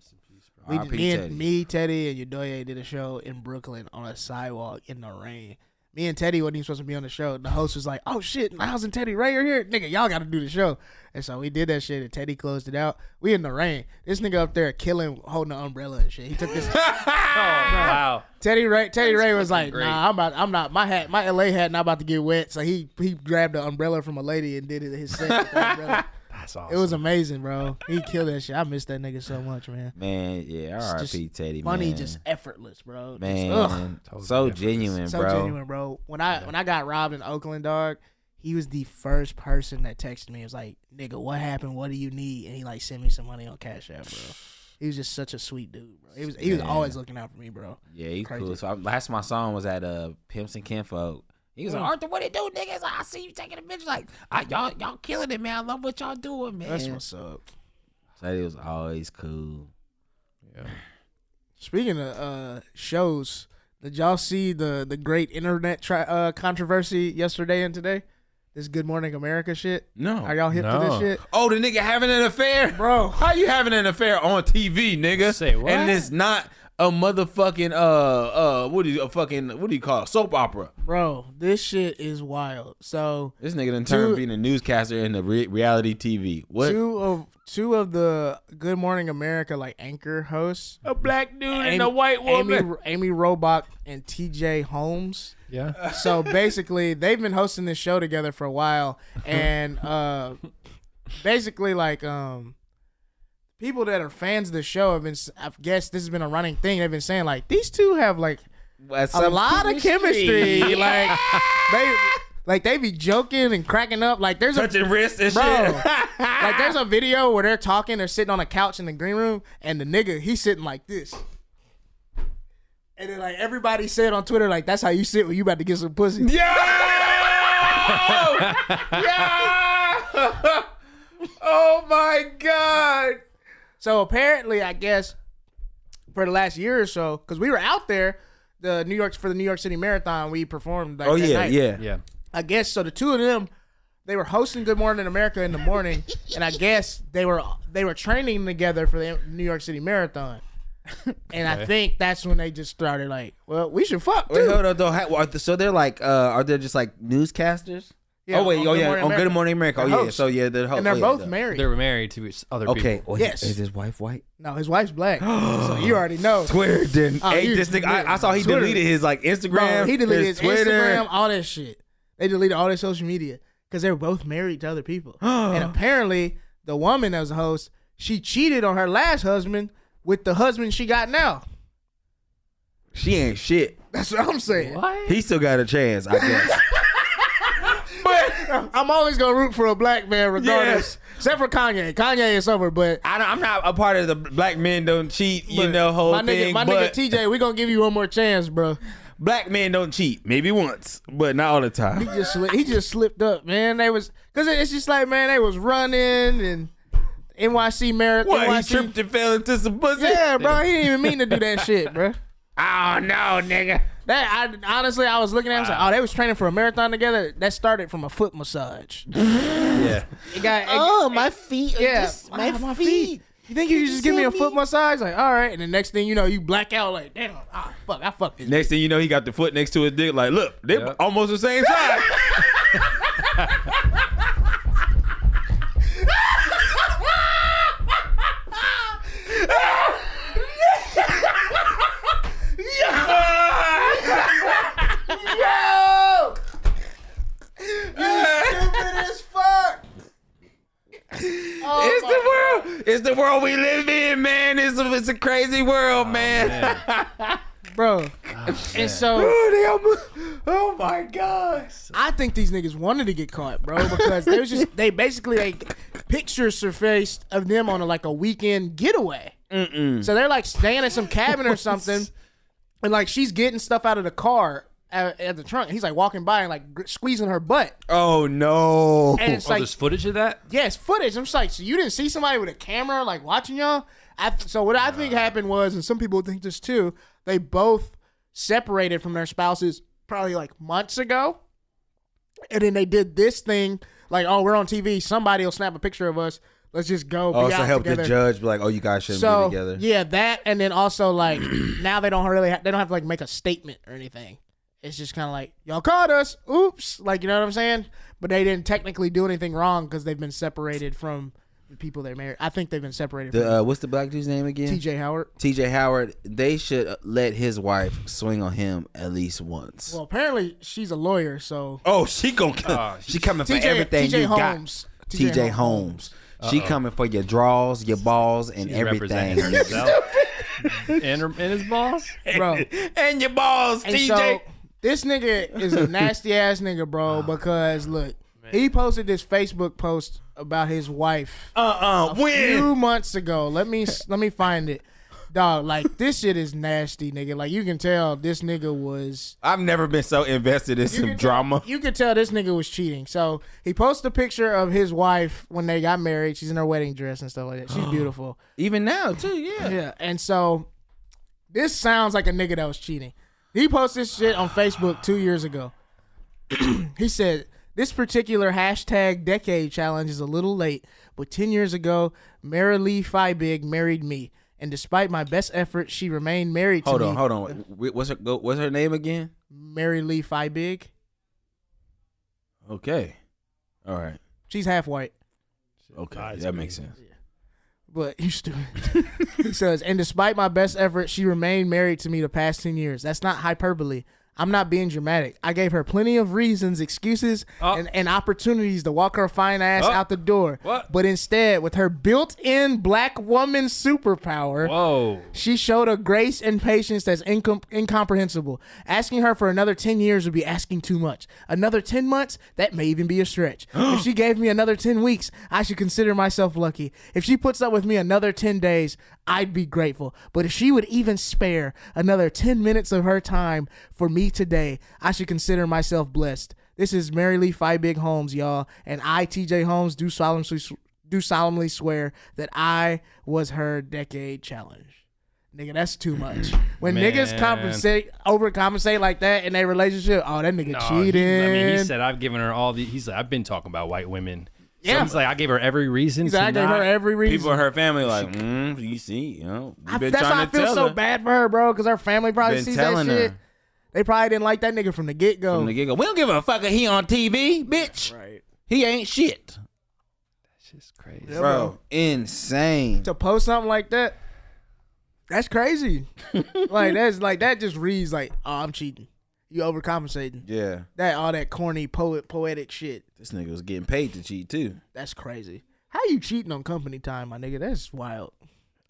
We did, R.I.P. me, Teddy. and, me, Teddy, and Yudoye did a show in Brooklyn on a sidewalk in the rain. Me and Teddy wasn't even supposed to be on the show. The host was like, "Oh shit, Miles and Teddy Ray are here, nigga. Y'all got to do the show." And so we did that shit, and Teddy closed it out. We in the rain. This nigga up there killing, holding an umbrella and shit. He took this. Oh, Wow. Teddy Ray, Teddy Ray was like, great. "Nah, I'm about, I'm not. My hat, my LA hat, not about to get wet." So he he grabbed an umbrella from a lady and did it his set. With the umbrella. That's awesome. It was amazing, bro. He killed that shit. I miss that nigga so much, man. Man, yeah, It's just R.I.P. Teddy. Funny, man. just effortless, bro. man, just, ugh. Totally so different. genuine, so bro. genuine, bro. When I when I got robbed in Oakland, dog, he was the first person that texted me. It was like, "Nigga, what happened? What do you need?" And he like sent me some money on Cash App, bro. He was just such a sweet dude, bro. He was he was Man. always looking out for me, bro. Yeah, he Crazy. cool. So I, last my song was at uh Pimps and Kinfolk. He was like, Mm. Arthur, what it do, niggas? I see you taking a bitch. Like, I, y'all, y'all killing it, man. I love what y'all doing, man. That's what's up. so it was always cool. Yeah. Speaking of uh, shows, did y'all see the the great internet tri- uh, controversy yesterday and today? This Good Morning America shit. Oh, No. Are y'all hip to this No. shit, oh, the nigga having an affair, bro? How you having an affair on TV, nigga? Say what? And it's not a motherfucking uh uh what do you a fucking what do you call it? soap opera? Bro, this shit is wild. So This nigga done turned Dude. being a newscaster into re- reality TV. What? two of two of the Good Morning America like anchor hosts, a black dude Amy, Amy Robach and T.J. Holmes. Yeah. So <laughs> basically, they've been hosting this show together for a while, and uh, basically, like um, people that are fans of the show have been. s- I guess this has been a running thing. They've been saying like these two have like That's a some lot of chemistry. Like they, like they be joking and cracking up. Like there's a touching wrists and Bro, shit. <laughs> like there's a video where they're talking, they're sitting on a couch in the green room, and the nigga he's sitting like this. And then like everybody said on Twitter, like that's how you sit when you about to get some pussy. <laughs> Yo! Yo! oh my god! So apparently, I guess for the last year or so, because we were out there, the New York for the New York City Marathon, we performed. Like, Oh that yeah, night. yeah. <laughs> Yeah. I guess so. The two of them, they were hosting Good Morning America in the morning, and I guess they were they were training together for the New York City Marathon. And I think that's when they just started like, well, we should fuck Wait, too. hold on, though. How- are th- So they're like, uh, are they just like newscasters? Yeah, oh wait, on oh Good yeah, Morning on Good America. Morning America. Oh They're yeah, hosts. so yeah, they're ho- And they're yeah, both the- married. They were married to each other Okay, people. oh, Yes. is his wife white? no, his wife's <gasps> black, so you already know. Twitter didn't. Oh, hey, you- this nigga, I, I saw he Twitter. deleted his like Instagram. Bro, he deleted his, Twitter. Instagram, all that shit. They deleted all their social media because they were both married to other <gasps> people. and apparently, the woman that was the host, she cheated on her last husband with the husband she got now. <laughs> She ain't shit. That's what I'm saying. What? He still got a chance, I <laughs> guess. but I'm always gonna root for a black man regardless. Except for Kanye. Kanye is over, but I don't, I'm not a part of the black men don't cheat, you but know, whole my nigga, thing. my but nigga TJ, we gonna give you one more chance, bro. black men don't cheat, maybe once, but not all the He time. just sli- he just slipped up, man. They was cause it- it's just like man, they was running and NYC marathon. What? NYC, He tripped and fell into some pussy? Yeah, bro. He didn't even mean to do that shit, bro. Oh no, nigga. That I honestly, I was looking at him I was like, oh, they was training for a marathon together. That started from a foot <laughs> massage. Yeah. It got it, my feet. yeah, my, my feet. You think you can just give me a foot massage? Like, all right. And the next thing you know, you black out. Like, damn, ah, fuck, I fucked this. Next thing you know, he got the foot next to his dick. Like, look, they're Yep. almost the same size. as fuck. it's the world. It's the world we live in, man. It's a, it's a crazy world, man. Bro. and so Dude, they almost- <laughs> oh my gosh. I think these niggas wanted to get caught, bro, because they was just they basically like pictures surfaced of them on a, like a weekend getaway. Mm-mm. So they're like staying in some cabin or something, and like she's getting stuff out of the car at, at the trunk. He's like walking by and like gr- squeezing her butt, Oh no. and it's oh, like there's footage of that. yes, footage. I'm just like, so you didn't see somebody with a camera like watching y'all. I, so what I think happened was, and some people think this too, they both separated from their spouses probably like months ago, and then they did this thing like, oh, we're on TV. Somebody will snap a picture of us. Let's just go. be Also out Oh, help together the judge be like, oh, you guys shouldn't so be together. yeah, that and then also like <clears throat> now they don't really ha- they don't have to like make a statement or anything. It's just kind of like y'all caught us, oops, like you know what I'm saying. But they didn't technically do anything wrong because they've been separated from the people they married. I think they've been separated The uh, what's the black dude's name again? from T.J. Howard. T.J. Howard. They should let his wife swing on him at least once. Well, apparently she's a lawyer, so oh, she gon' Oh, <laughs> she coming for T.J. everything T.J. you Holmes. got. T.J. Holmes. She coming for your draws, your balls, and He's everything. <laughs> representing himself and, her- and his boss. <laughs> bro. and your balls, And so this nigga is a nasty ass nigga, <laughs> bro. Because look, he posted this Facebook post about his wife. uh uh, few months ago. Let me let me find it. Dog, like this shit is nasty, nigga. Like you can tell this nigga was I've never been so invested in some can drama. you could tell this nigga was cheating. So he posted a picture of his wife when they got married. She's in her wedding dress and stuff like that. She's beautiful. Even now, too, yeah. Yeah. And so this sounds like a nigga that was cheating. He posted this shit on Facebook two years ago. <clears throat> he said, This particular hashtag decade challenge is a little late, but 10 years ago, Mary Lee Feibig married me. And despite my best efforts, she remained married to Hold me. on, hold on. Wh- What's her go- What's her name again? Mary Lee Feibig. Okay, all right. She's half white, Okay, that makes sense. but <laughs> you stupid. he says, And despite my best efforts, she remained married to me the past 10 years. That's not hyperbole. I'm not being dramatic. I gave her plenty of reasons, excuses, Oh. and, and opportunities to walk her fine ass Oh. out the door. What? But instead, with her built in black woman superpower, Whoa. She showed a grace and patience that's incom- incomprehensible. Asking her for another 10 years would be asking too much. Another 10 months? That may even be a stretch. if she gave me another 10 weeks, I should consider myself lucky. If she puts up with me another 10 days, I'd be grateful. But if she would even spare another 10 minutes of her time for me today, I should consider myself blessed. This is Mary Lee Five Big Holmes, y'all, and I, TJ Holmes, do solemnly do solemnly swear that I was her decade challenge. Nigga, that's too <clears throat> much. When niggas Man. compensate, overcompensate like that in their relationship, oh, that nigga No, he- cheating. I mean, he said I've given her all the. He's like I've been talking about white women. So Yeah. he's like I gave her every reason. He's like, I to gave her not- every reason. People in her family like, mm, you see, you know, I- you've been that's why I trying to feel tell so her. bad for her, bro, because her family probably Been sees that telling shit. her. They probably didn't like that nigga from the get go. From the get-go, We don't give a fuck if he on TV, bitch. Right. He ain't shit, It's just crazy. Yeah, bro. Insane. to post something like that, that's <laughs> crazy. like that's like that just reads like, oh, I'm cheating. You overcompensating. Yeah, That all that corny poet poetic shit. this nigga was getting paid to cheat too. That's crazy. How you cheating on company time, my nigga? That's wild.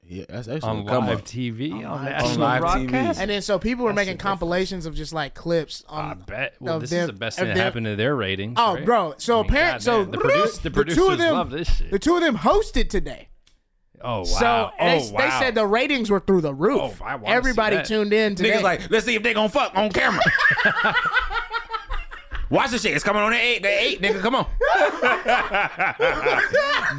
Yeah, that's actually On a come live up. TV, on, live- national on live TV. broadcast. And then so people were making different. compilations of just like clips I on. bet. Well, of this them- is the best of thing that them- happened to their ratings. Oh, right? bro! So I mean, apparent, so goddamn, the, produce, the producers two of them, love this shit. the two of them hosted today. oh wow! So they, oh, wow. they said the ratings were through the roof. Oh, I wanna see Everybody that. tuned in today. Niggas like, let's see if they gonna fuck on <laughs> camera. Watch the shit. It's coming on the eight. The eight, nigga. Come on.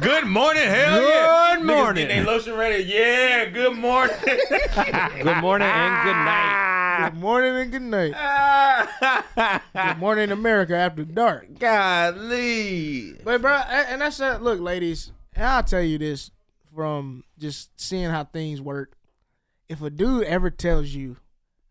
<laughs> good morning, hell yeah. Good Niggas morning. getting they lotion ready. Yeah. Good morning. <laughs> good morning and Ah. good night. Good morning and good night. Good morning, America. After dark. Golly. But bro, a- and that's that. Look, ladies, and I'll tell you this from just seeing how things work. If a dude ever tells you,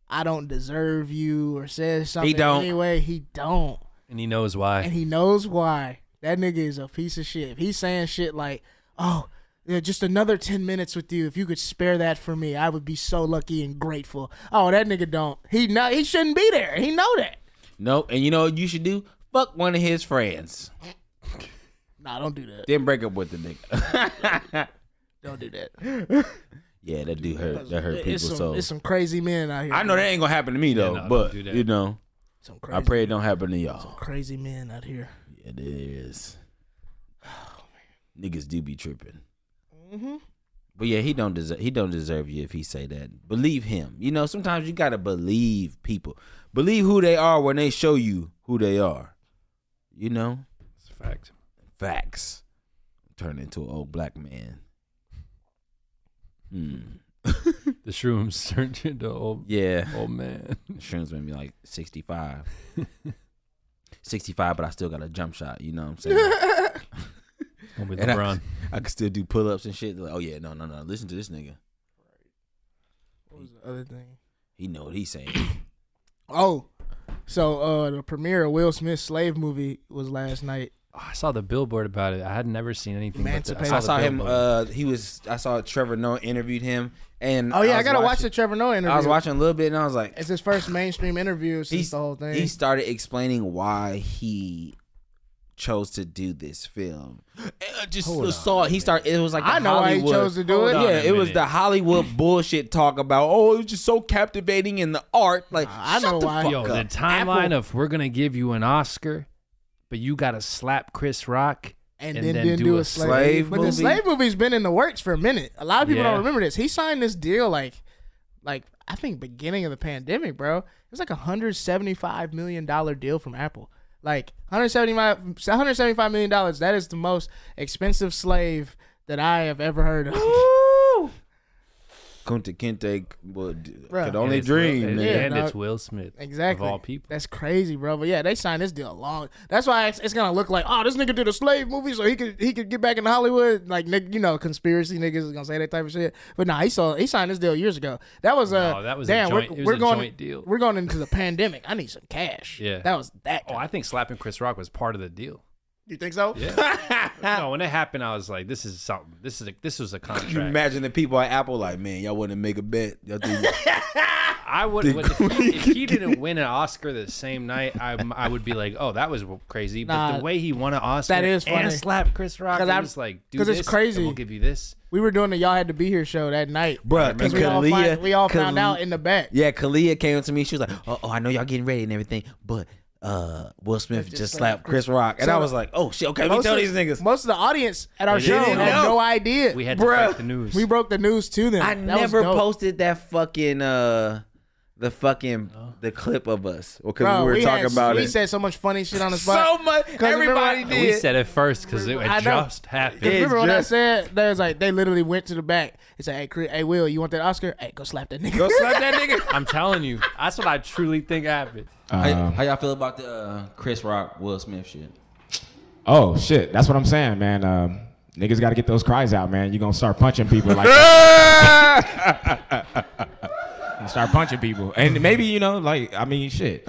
"I don't deserve you," or says something don't. anyway, he don't, and he knows why. and he knows why. That nigga is a piece of shit. If he's saying shit like, "Oh, yeah, just another ten minutes with you, if you could spare that for me, I would be so lucky and grateful." Oh, that nigga don't. He not. He shouldn't be there. He know that. No, and you know what you should do? Fuck one of his friends. Nah, don't do that. Then break up with the nigga. <laughs> Don't do that. yeah, that do hurt. That hurt It's people's some, souls. it's some crazy men out here. I know that ain't gonna happen to me though, no, don't but do that. you know, Some I crazy, pray it don't happen to y'all. crazy men out here. It is. <sighs> Niggas do be tripping. Mm-hmm. But yeah, he don't deserve he don't deserve you if he say that. Believe him. You know, sometimes you gotta believe people. Believe who they are when they show you who they are. You know? It's a fact. Facts. Turn into an old black man. Hmm. <laughs> The <laughs> shrooms turned into old Yeah. old man. Insurance made me like 65. 65, but I still got a jump shot. You know what <laughs> I'm saying? Gonna be And I- LeBron. I can still do pull ups and shit. Like, oh, yeah, no, no, no. Listen to this nigga. What was the other thing? He know what he's <clears throat> saying. Oh, so uh, the premiere of Will Smith's slave movie was last night. <laughs> Oh, I saw the billboard about it. I had never seen anything. but the- Emancipated. I the saw the him. billboard. Uh, he was. I saw Trevor Noah interviewed him, and Oh yeah, I, was gotta watch watching- the Trevor Noah interview. I was watching a little bit, and I was like, It's his first mainstream interview since He's- the whole thing. he started explaining why he chose to do this film. Uh, Just Hold the on thought he started. It was like I the know why he Hollywood- chose to do Hold it. on. yeah, a it was minute. the <laughs> Hollywood bullshit talk about oh, it was just so captivating in the art. Like I shut know the why. fuck Yo, the up. timeline of we're gonna give you an Oscar, but you gotta slap Chris Rock And, then, didn't do a slave, slave But movie. the slave movie's been in the works for a minute. A lot of people Yeah. don't remember this. He signed this deal like, like I think beginning of the pandemic, bro. It was like a hundred seventy five million dollar deal from Apple. Like 175 $175 million dollars. That is the most expensive slave that I have ever heard of. <laughs> Kunta Kinte would, Bruh. could only And it's Will, dream. and, man. Yeah, and dog. it's Will Smith. Exactly. Of all people. That's crazy, bro. But yeah, they signed this deal long. That's why it's, it's gonna look like, oh, this nigga did a slave movie, so he could he could get back into Hollywood. Like, nigga, you know, conspiracy niggas is gonna say that type of shit. But nah, he saw he signed this deal years ago. That was uh, No, that was a damn, joint- we're, it was we're a going joint deal. we're going into the pandemic. I need some cash. Yeah. that was that. Oh, I think slapping Chris Rock was part of the <laughs> deal. you think so? Yeah. no, when it happened, I was like, "This is something. This is a, this was a contract." You imagine the people at Apple like, man, y'all wouldn't make a bet. Y'all <laughs> think- I would. would if, he, if he didn't win an Oscar the same night, I, I would be like, "Oh, that was crazy." But Nah, the way he won an Oscar, that is funny. and slapped Chris Rock, 'Cause it I'm- was like, "Do 'cause it's this, crazy. and we'll give you this." We were doing the y'all had to be here show that night, Bruh, Because we, and all find- Kalia- we all found Kal- out in the back. yeah, Kalia came to me. She was like, oh, oh, I know y'all getting ready and everything, but uh, Will Smith Just just, slapped slapped Chris Rock. And So- I was like, oh, shit, okay, we Most tell of- these niggas. Most of the audience at our They show didn't had know. no idea. We had to Bruh. break the news. we broke the news to them. I That was never dope. posted that fucking, uh, the fucking, the clip of us. Because Oh. Bro, we were we talking had- about we it. said so much funny shit on the so spot. much. remember Everybody I- did. we said it first because it, it I know. just happened. Yeah. Remember when I just- said they was like they literally went to the back and said, "Hey, Chris, hey Will, you want that Oscar? Hey, go <laughs> slap that <laughs> nigga." Go slap that nigga. I'm telling you, that's what I truly think happened. Um, y'all feel about the uh, Chris Rock, Will Smith shit? oh shit, that's what I'm saying, man. Um, niggas got to get those cries out, man. You gonna start punching people like that. <laughs> You start punching people, and maybe you know, like I <laughs> mean, shit.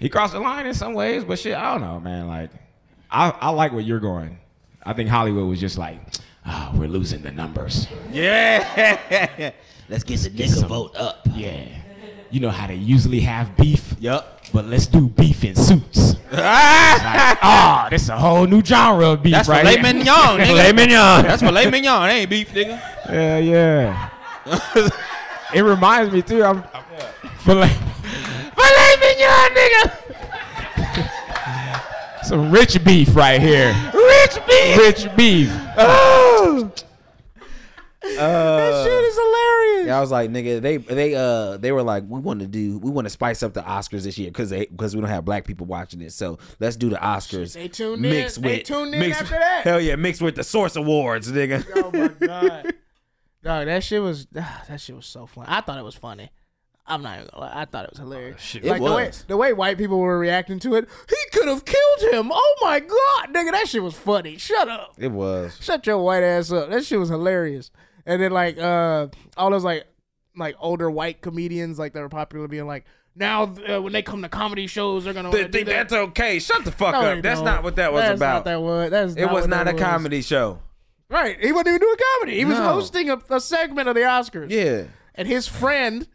he crossed the line in some ways, but shit, I don't know, man. Like, I I like where you're going. I think Hollywood was just like, ah, we're losing the numbers. Yeah. Let's get the nigga vote up. Yeah, you know how they usually have beef. Yup. But let's do beef <laughs> in suits. Ah, this is a whole new genre of beef That's right filet here. mignon, nigga. Filet mignon. That's filet mignon. That ain't beef, nigga. Yeah, <laughs> yeah. it reminds me too. I'm, I'm filet, filet mignon, nigga. Some rich beef right here. Rich beef. Rich beef. Oh. that shit is hilarious. Yeah, I was like, nigga, they they uh they were like, we want to do, we want to spice up the Oscars this year because because we don't have black people watching it, so let's do the Oscars. They tuned in- they tuned in mixed- after that. Hell yeah, mixed with the Source Awards, <laughs> nigga. <sighs> Oh my god, dog, that shit was ah, that shit was so funny. I thought it was funny. I'm not even gonna lie. I thought it was hilarious. shit. Like It the way was. the way white people were reacting to it, he could have killed him. Oh my god, nigga, that shit was funny. Shut up. It was. Shut your white ass up. That shit was hilarious. And then like uh all those like like older white comedians like that were popular being like now uh, when they come to comedy shows they're gonna wanna do that. okay. Shut the fuck No, they don't. That's Not that was. That's it was what not a that comedy show. Right. He wasn't even doing comedy. He was No. hosting a, a segment of the Oscars. Yeah. And his friend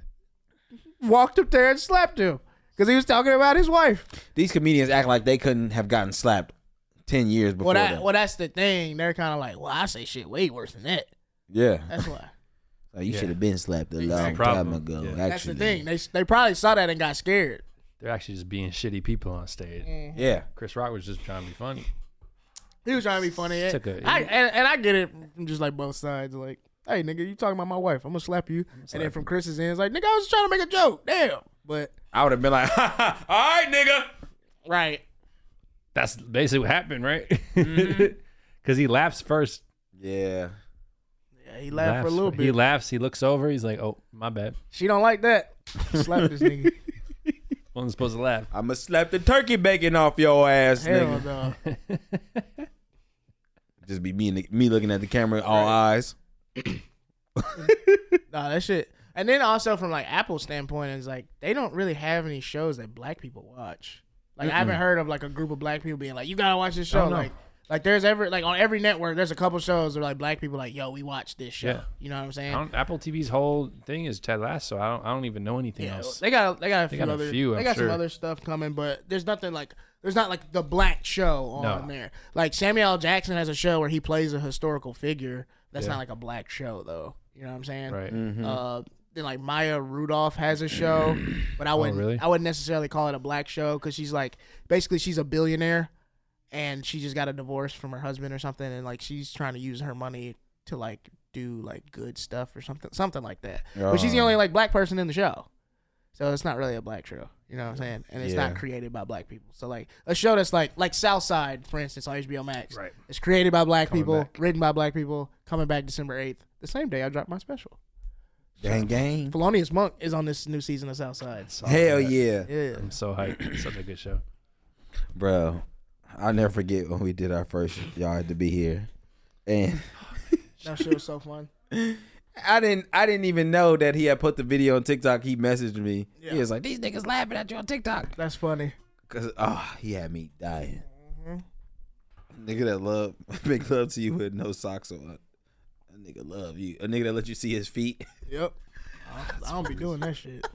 walked up there and slapped him because he was talking about his wife. These comedians act like they couldn't have gotten slapped ten years Well, before that, that. well, that's the thing. They're kind of like, well, I say shit way worse than that. yeah. That's why. Like, you Yeah. should have been slapped a the long time problem. ago. <laughs> Yeah. Actually. that's the thing. They they probably saw that and got scared. They're actually just being shitty people on stage. Mm. Yeah. Chris Rock was just trying to be funny. He was trying to be funny. And, Took a- I, and, and I get it from just like both sides. Like, hey, nigga, you talking about my wife. I'm going to slap you. and then from Chris's end, it's like, nigga, I was trying to make a joke. Damn. But, I would have been like, <laughs> all right, nigga. right. That's basically what happened, right? Because Mm-hmm. <laughs> he laughs first. Yeah. Yeah, he laughed for a Laughs little fir- bit. He laughs. He looks over. He's like, "Oh, my bad. She don't like <laughs> that. Slap this nigga. Wasn't supposed to laugh." I'ma slap the turkey bacon off your ass, Hell nigga. <laughs> no. Just be me and the, me looking at the camera, all eyes. Nah, that shit. And then also from like Apple's standpoint, it's like they don't really have any shows that black people watch. Like I haven't heard of like a group of black people being like, "You gotta watch this show." Oh, no. Like, like there's every like on every network, there's a couple shows where like black people like, "Yo, we watch this show." Yeah. You know what I'm I saying? don't, Apple TV's whole thing is Ted Lasso. I don't. I don't even know anything Yeah, else. they got they got a few got a other few, they I'm got sure. some other stuff coming, but there's nothing like there's not like the black show on No. there. Like Samuel L. Jackson has a show where he plays a historical figure. That's not like a black show though. You know what I'm saying? Right. Mm-hmm. Uh, then like Maya Rudolph has a <clears throat> show, but I wouldn't Oh, really? I wouldn't necessarily call it a black show because she's like basically she's a billionaire, and she just got a divorce from her husband or something, and like she's trying to use her money to like do like good stuff or something something like that. But she's the Oh. Um, only like black person in the show, so it's not really a black show. You know what I'm saying? And it's not Yeah. created by black people. So like a show that's like like Southside, for instance, on HBO Max. Right. It's created by black Coming people, back. written by black people, coming back December eighth, the same day I dropped my special. Gang gang. Felonious Monk is on this new season of Southside. Saw Hell that. yeah. Yeah. I'm so hyped. Such a good show. Bro, I'll never forget when we did our first y'all had to be here. And That shit was so fun. I didn't I didn't even know that he had put the video on TikTok. He messaged me. Yeah. He was like, These niggas laughing at you on TikTok. That's funny. Cause oh, he had me dying. Mm-hmm. Nigga that love <laughs> make love to you with no socks on. A nigga love you. A nigga that let you see his feet. Yep. I don't be doing that shit.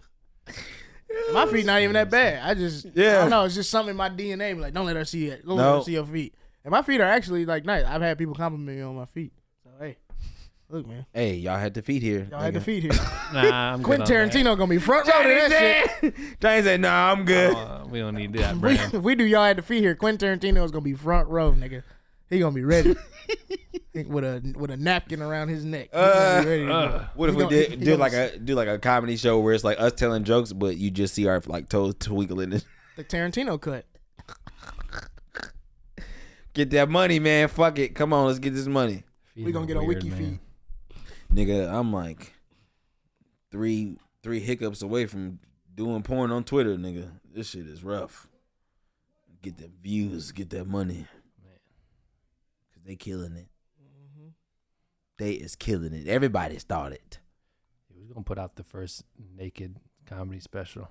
My feet not even that bad. I just yeah. I Yeah. don't know. It's just something in my DNA. Like don't let her see it. Don't let No. her see your feet. And my feet are actually like nice. I've had people compliment me on my feet. So hey, look man, Hey, y'all had the feet here. y'all had the nigga. <laughs> feet here. Nah, I'm <laughs> Quentin good on that. Tarantino gonna be front row to Johnny that said, Johnny said, nah, I'm good. Uh, we don't need that, shit. <laughs> brand. If we do y'all had the feet here. Quentin Tarantino is gonna be front row, nigga. He gonna be <laughs> ready with a with a napkin around his neck. He gonna Uh, be ready to go. Ugh. What if He we gonna- did he do gonna like a do like a comedy show where it's like us telling jokes, but you just see our like toes twinkling? and- <laughs> the Tarantino cut. Get that money, man. Fuck it. Come on, let's get this money, We gonna get on Weird, Wiki man. feet. nigga. I'm like three three hiccups away from doing porn on Twitter, nigga. This shit is rough. Get the views, get that money, cause they killing it. Mm-hmm. They is killing it. Everybody's thought it. He was gonna put out the first naked comedy special.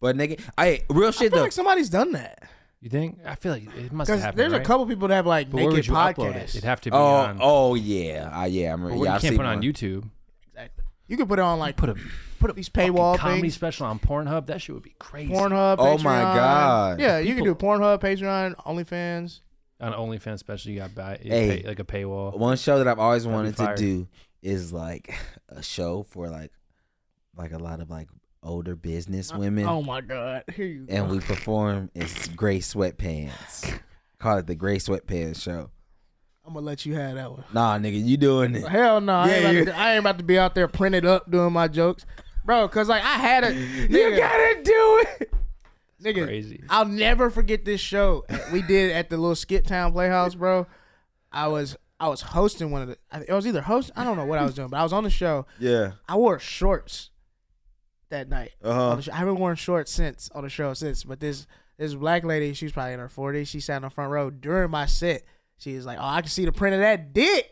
But nigga, I real I shit feel though. like somebody's done that You think? I feel like it must have because happened. there's right? a couple people that have like But where naked would you upload it? podcasts. It'd have to be oh, on. oh yeah, I yeah. I'm but yeah, you I've can't seen put it on one. YouTube. exactly. You could put it on like Put a put these fucking paywall comedy things, special on Pornhub. That shit would be crazy. Pornhub. Oh my Patreon. God. Yeah, you can do People- Pornhub, Patreon, OnlyFans. on OnlyFans special, you got buy you Hey. Oh, pay, like a paywall. One show that I've always That'd be wanted to fire. do is like <laughs> a show for like like a lot of like older business women, Oh my god, here you go. and we perform as gray sweatpants. Call it the gray sweatpants show. I'm gonna let you have that one. Nah, nigga, you doing <laughs> it? Hell no, I, Yeah, ain't about you- to, do- I ain't about to be out there printed up doing my jokes, bro. Cause like I had <laughs> a nigga, do it. nigga, Crazy. I'll never forget this show that we did at the little Skip Town Playhouse, bro. I was I was hosting one of the. I was either host. I don't know what I was doing, but I was on the show. Yeah. I wore shorts that night. Uh-huh. on the show. I haven't worn shorts since on the show since. But this this black lady, she's probably in her forties. She sat in the front row during my set. She was like, "Oh, I can see the print of that dick."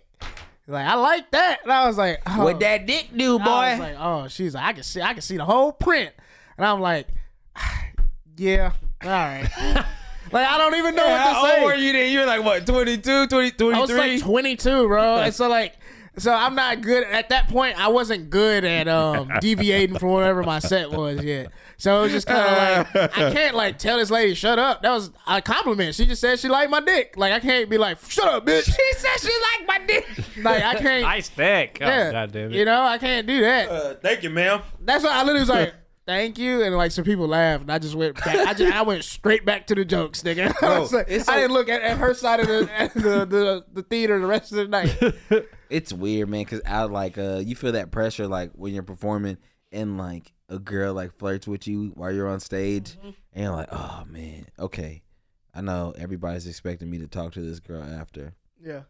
Like I like that, and I was like, oh. What that dick do, I boy? was like, oh, she's like, I can see, I can see the whole print, and I'm like, <sighs> yeah, all <laughs> right. like I don't even know How what to old say. were you then? You were like what, 22, 20, 23? I was like 22, bro, and so like, so I'm not good at that point. I wasn't good at um deviating from whatever my set was yet. So it was just kind of like I can't like tell this lady shut up. That was a compliment. She just said she liked my dick. Like I can't be like shut up, bitch. She said she liked my dick. Like I can't. Ice thick. Oh, yeah, God damn it. you know I can't do that. uh, thank you, ma'am. That's why I literally was <laughs> like, "Thank you," and like some people laughed, and I just went back. I just I went straight back to the jokes, nigga. <laughs> I, was Bro, like- it's I so- didn't look at, at her side of <laughs> the, at the, the the theater the rest of the night. It's weird, man, because I like uh, you feel that pressure like when you're performing and like a girl like flirts with you while you're on stage, and you're like, oh man, okay, I know everybody's expecting me to talk to this girl after, Yeah,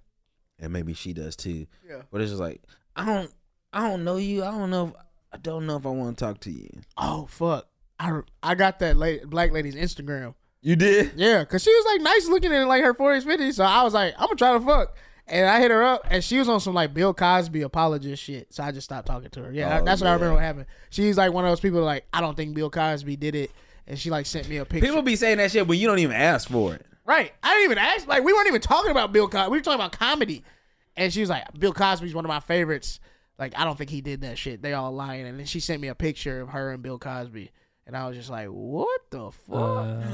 and maybe she does too. Yeah. But it's just like I don't, I don't know you. I don't know. If, I don't know if I want to talk to you. Oh fuck! I I got that la- black lady's Instagram. You did. Yeah, cause she was like nice looking in like her forties, fifties. So I was like, I'm gonna try to fuck. And I hit her up, and she was on some like Bill Cosby apologist shit. So I just stopped talking to her. Yeah, Oh, that's what I remember yeah. what happened. She's like one of those people like I don't think Bill Cosby did it, and she like sent me a picture. People be saying that shit when you don't even ask for it. Right. I didn't even ask. Like, we weren't even talking about Bill Cosby. We were talking about comedy. And she was like, Bill Cosby's one of my favorites. Like, I don't think he did that shit. They all lying. And then she sent me a picture of her and Bill Cosby. And I was just like, what the fuck?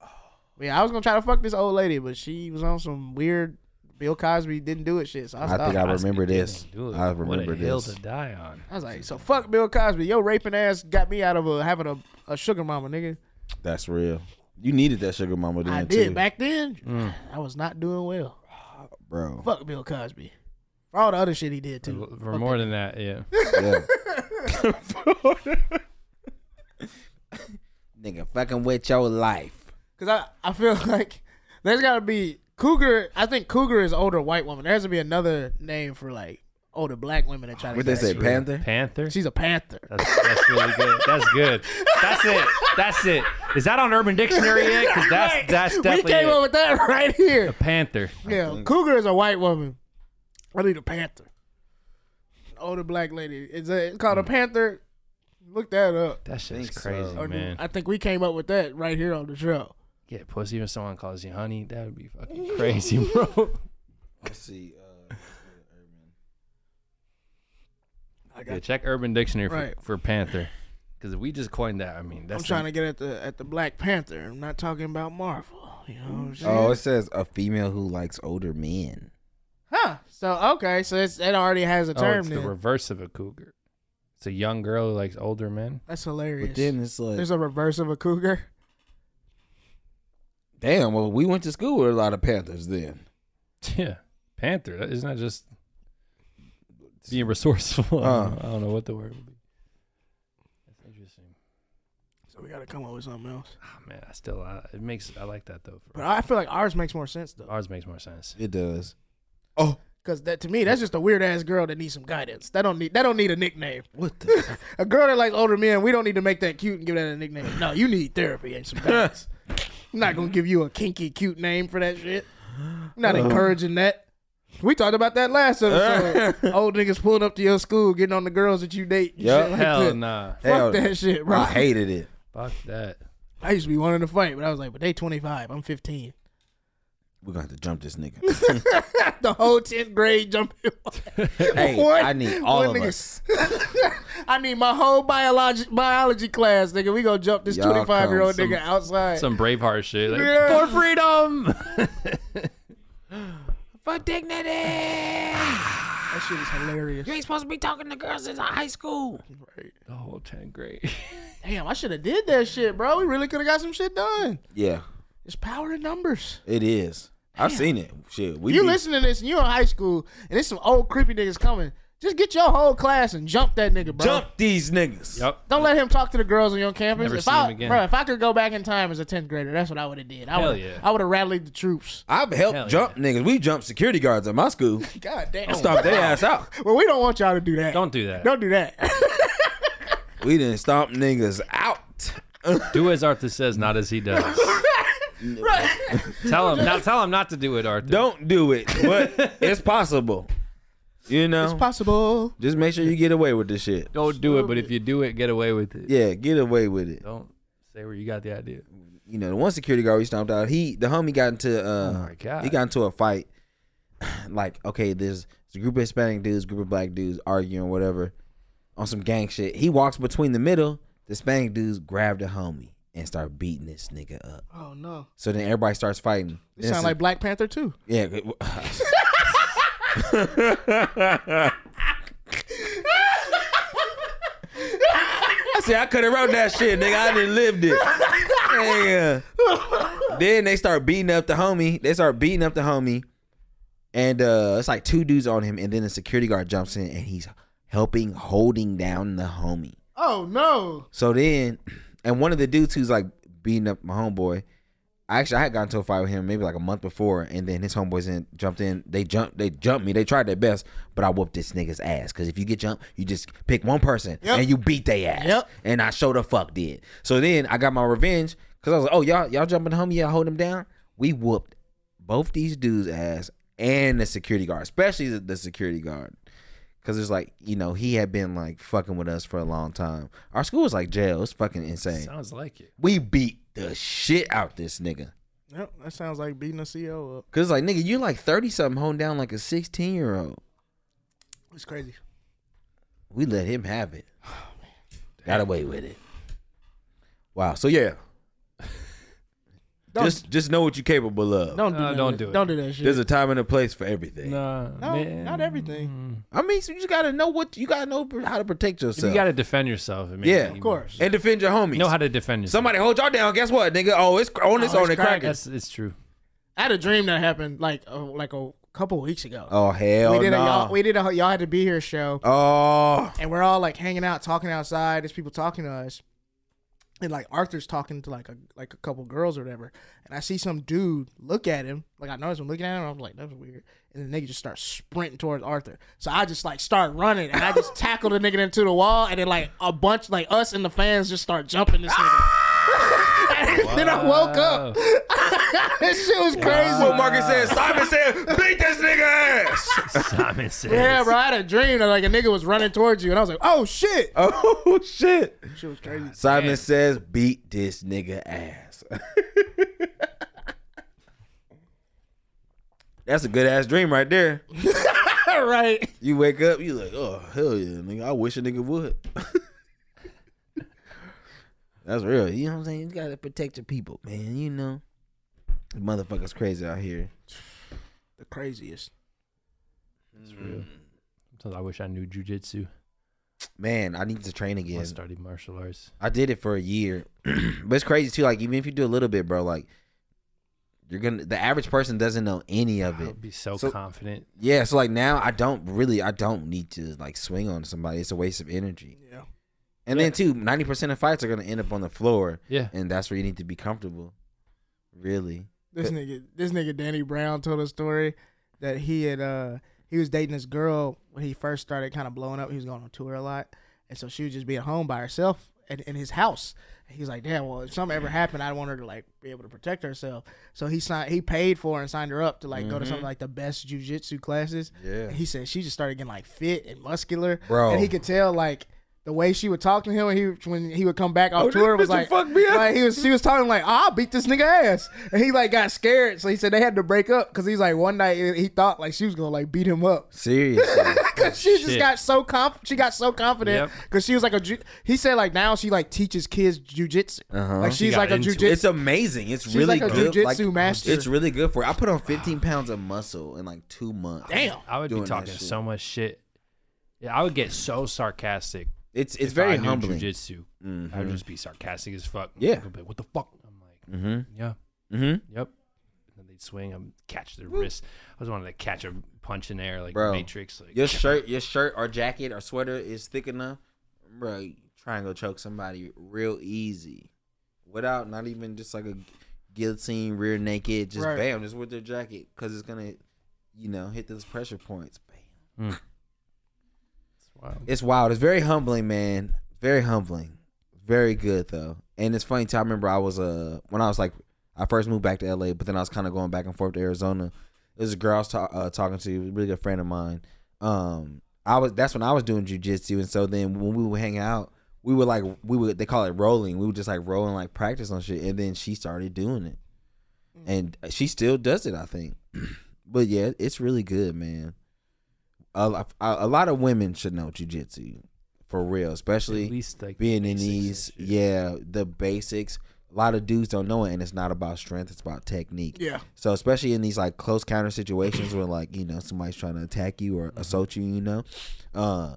<sighs> yeah, I was going to try to fuck this old lady, but she was on some weird Bill Cosby didn't do it shit. So I I stopped. I, think I Cosby remember this. didn't do it. I what remember a hill this. to die on. was like, so fuck Bill Cosby. Yo, raping ass got me out of a, having a, a sugar mama, nigga. That's real. You needed that sugar mama then I too, Mm. did. Back then, I was not doing well. bro. Fuck Bill Cosby. For all the other shit he did, too. For, for more than that, yeah. Yeah. <laughs> Nigga, fucking with your life. Because I, I feel <laughs> like there's got to be Cougar. I think Cougar is older white woman. There has to be another name for like older black women that try to What they get that say, shit. Panther? Panther. She's a panther. That's, that's really good. That's good. That's it. That's it. Is that on Urban Dictionary yet? Because that's <laughs> that's we definitely came it. up with that <laughs> right a here. panther. Yeah, Cougar is a white woman. I need a panther. Older black lady. Is it called a Hmm. panther? Look that up. That shit's Think so. crazy, Or Or do- man. I think we came up with that right here on the show. yeah, pussy. If someone calls you honey, that would be <laughs> fucking crazy, bro. Let's see. Uh, yeah, check Urban Dictionary for, Right. for panther. Because if we just coined that, I mean, that's I'm trying to get at the at the Black Panther. I'm not talking about Marvel. You know what I'm saying? oh, it says a female who likes older men. Huh. So okay, so it's, it already has a oh, term it's the then. reverse of a cougar. It's a young girl who likes older men. <laughs> That's hilarious. But then it's like, There's a reverse of a cougar. damn, well, we went to school with a lot of Panthers then. Yeah, panther. That, isn't that just being resourceful? <laughs> I, don't Uh. know, I don't know what the word would be. That's interesting. So we gotta come up with something else. Ah, man, I still I, it makes I like that though. But I feel like ours makes more sense though, Ours makes more sense. It does. because that to me that's just a weird ass girl that needs some guidance. That don't need that don't need a nickname. What <laughs> the? A girl that likes older men, we don't need to make that cute and give that a nickname. No, you need therapy and some guidance. I'm not gonna give you a kinky cute name for that shit. I'm not Uh-huh. encouraging that. We talked about that last episode. <laughs> Old niggas pulling up to your school, getting on the girls that you date. and Yup. shit like Hell that. nah. Fuck Hell, that shit, bro. I hated it. Fuck that. I used to be wanting to fight, but I was like, but they 25, I'm 15. We're going to have to jump this nigga. <laughs> the whole 10th grade jumping. hey, One- I need all of one nigga- us. <laughs> I need my whole biology biology class, nigga. We gonna jump this Y'all 25 year old come nigga outside. Some Braveheart shit. Like, Yeah. For freedom. <laughs> For dignity! that shit is hilarious. You ain't supposed to be talking to girls since high school. the whole 10th <laughs> grade. Damn, I should have did that shit, bro. We really could have got some shit done. Yeah, It's power in numbers. it is. I've seen it. Shit, we If you be- listen to this and you in high school and there's some old creepy niggas coming, just get your whole class and jump that nigga, bro. jump these niggas. yep. Don't let him talk to the girls on your campus. Never if see I, him again. Bro, if I could go back in time as a 10th grader, that's what I would have did. I Hell would yeah. I would have rallied the troops. I've helped Hell jump niggas. We jumped security guards at my school. God damn. Stomped their ass out. Well, we don't want y'all to do that. <laughs> Don't do that. Don't do that. <laughs> We didn't stomp niggas out. Do as Arthur says, not as <laughs> he does. tell him now. Tell him not to do it, Arthur. Don't do it, but it's possible. You know, It's possible. just make sure you get away with this shit. Don't do it. But if you do it, get away with it. Yeah, get away with it. Don't say where you got the idea. You know, the one security guard we stomped out, he the homie got into uh, Oh my God. he got into a fight. <sighs> like, okay, there's a group of Hispanic dudes, group of black dudes arguing, whatever, on some gang shit. He walks between the middle. The Hispanic dudes grab the homie and start beating this nigga up. Oh no. So then everybody starts fighting. You sound like Black Panther too. yeah. <laughs> it- I said I could have wrote that shit, nigga. I didn't lived it. Yeah. Then they start beating up the homie. They start beating up the homie, and uh it's like two dudes on him. And then the security guard jumps in, and he's helping holding down the homie. Oh no. So then, <clears throat> and one of the dudes who's like beating up my homeboy, actually I had gotten to a fight with him maybe like a month before, and then his homeboys in jumped in. They jumped, they jumped me. They tried their best, but I whooped this nigga's ass. Cause if you get jumped, you just pick one person Yep. and you beat their ass. Yep. And I showed the fuck did. So then I got my revenge because I was like, oh y'all y'all jumping the homie, y'all hold him down. We whooped both these dudes ass and the security guard, especially the- the security guard. Cause it's like you know he had been like fucking with us for a long time. Our school was like jail. It's fucking insane. Sounds like it. We beat the shit out this nigga. Yep, that sounds like beating a CO up. Cause it's like nigga, you like thirty something, holding down like a sixteen year old. It's crazy. We let him have <sighs> it. Oh, Got away with it. Wow. So yeah, Don't just just know what you're capable of. don't do No, that. uh, don't do it. Don't do that shit. There's a time and a place for everything. Nah, no, man. not everything. I mean, so you just gotta know what you gotta know how to protect yourself. You got to defend yourself. I mean, Yeah. you- Of course. and defend your homies. You know how to defend yourself. Somebody hold y'all down. Guess what, nigga? Oh, it's on this Oh, on it's the crack. cracker. That's it's true. I had a dream that happened like uh, like a couple weeks ago. Oh hell we did no. a y'all we did a y'all had to be here show, Oh, and we're all like hanging out, talking outside. There's people talking to us, and like Arthur's talking to like a like a couple girls or whatever. And I see some dude look at him, like I noticed him looking at him. I was like, that was weird. And the nigga just starts sprinting towards Arthur. So I just like start running, and I <laughs> just tackle the nigga into the wall, and then like a bunch like us and the fans just start jumping this nigga. <laughs> then I woke up. Oh, <laughs> this shit was crazy. what Marcus said. Simon said, beat this nigga <laughs> ass. Simon says. Yeah, bro. I had a dream that like a nigga was running towards you, and I was like, "Oh shit!" oh shit. Shit was crazy. Simon says, beat this nigga ass. <laughs> That's a good ass dream right there. All <laughs> right. You wake up, you like, oh hell yeah, nigga. I wish a nigga would. <laughs> That's real. You know what I'm saying? You gotta protect your people, man. You know, the motherfuckers crazy out here. The craziest. Sometimes I wish I knew jujitsu. Man, I need to train Yeah. I again. studied martial arts. I did it for a year, <clears throat> but it's crazy too. Like even if you do a little bit, bro, like you're gonna the average person doesn't know any of I'll it. be so, So- confident. Yeah, so like now I don't really I don't need to like swing on somebody. It's a waste of energy. Yeah. And then too, ninety percent of fights are gonna end up on the floor. Yeah. and that's where you need to be comfortable. Really? This nigga, this nigga Danny Brown told a story that he had uh he was dating this girl when he first started kind of blowing up. He was going on tour a lot, and so she was just being home by herself in, in his house. And he was like, "Damn, well, if something ever happened, I want her to like be able to protect herself." So he signed, he paid for her and signed her up to like go to something like the best jujitsu classes. Yeah. And he said she just started getting like fit and muscular, Bro. and he could tell like. The way she would talk to him when he when he would come back off Oh, this tour was bitch like, will fuck me up. like, he was she was talking like I'll beat this nigga ass, and he like got scared, so he said they had to break up because he's like one night he thought like she was gonna like beat him up <laughs> <laughs> Seriously? because she just Shit. got so conf she got so confident Yep. because she was like a ju- he said like now she like teaches kids jujitsu Uh-huh. like she's got like a into it. jujitsu it's amazing. It's She's really like a good. jujitsu master. It's really good for. I put on fifteen pounds of muscle in like two months. damn I would be doing that talking shit. so much shit. Yeah, I would get so sarcastic. It's it's if very I knew humbling. Mm-hmm. Jujitsu. I would just be sarcastic as fuck. Yeah. I'd be like, what the fuck? I'm like, Mm-hmm. yeah, Mm-hmm. yep. And then they'd swing and catch their wrist. I was wanting to catch a punch in the air like Bro, Matrix. Like, Your shirt, your shirt or jacket or sweater is thick enough, bro. You try and go choke somebody real easy, without not even just like a guillotine, rear naked, just Right. bam, just with their jacket, cause it's gonna, you know, hit those pressure points. Bam. It's wild. It's wild. It's very humbling, man. very humbling, very good though. And it's funny too. I remember I was uh when I was like I first moved back to LA, but then I was kind of going back and forth to Arizona. There's a girl I was ta- uh, talking to, a really good friend of mine. Um, I was that's when I was doing jujitsu, and so then when we would hang out, we would like we would they call it rolling. We would just like roll and like practice on shit, and then she started doing it, and she still does it, I think. <clears throat> but yeah, it's really good, man. A, lo- a, a lot of women should know jujitsu, for real, At especially least like being in basics and these, shit. yeah, the basics. A lot of dudes don't know it, and it's not about strength; it's about technique. Yeah. So especially in these like close counter situations where like you know somebody's trying to attack you Mm-hmm. or assault you, you know, uh,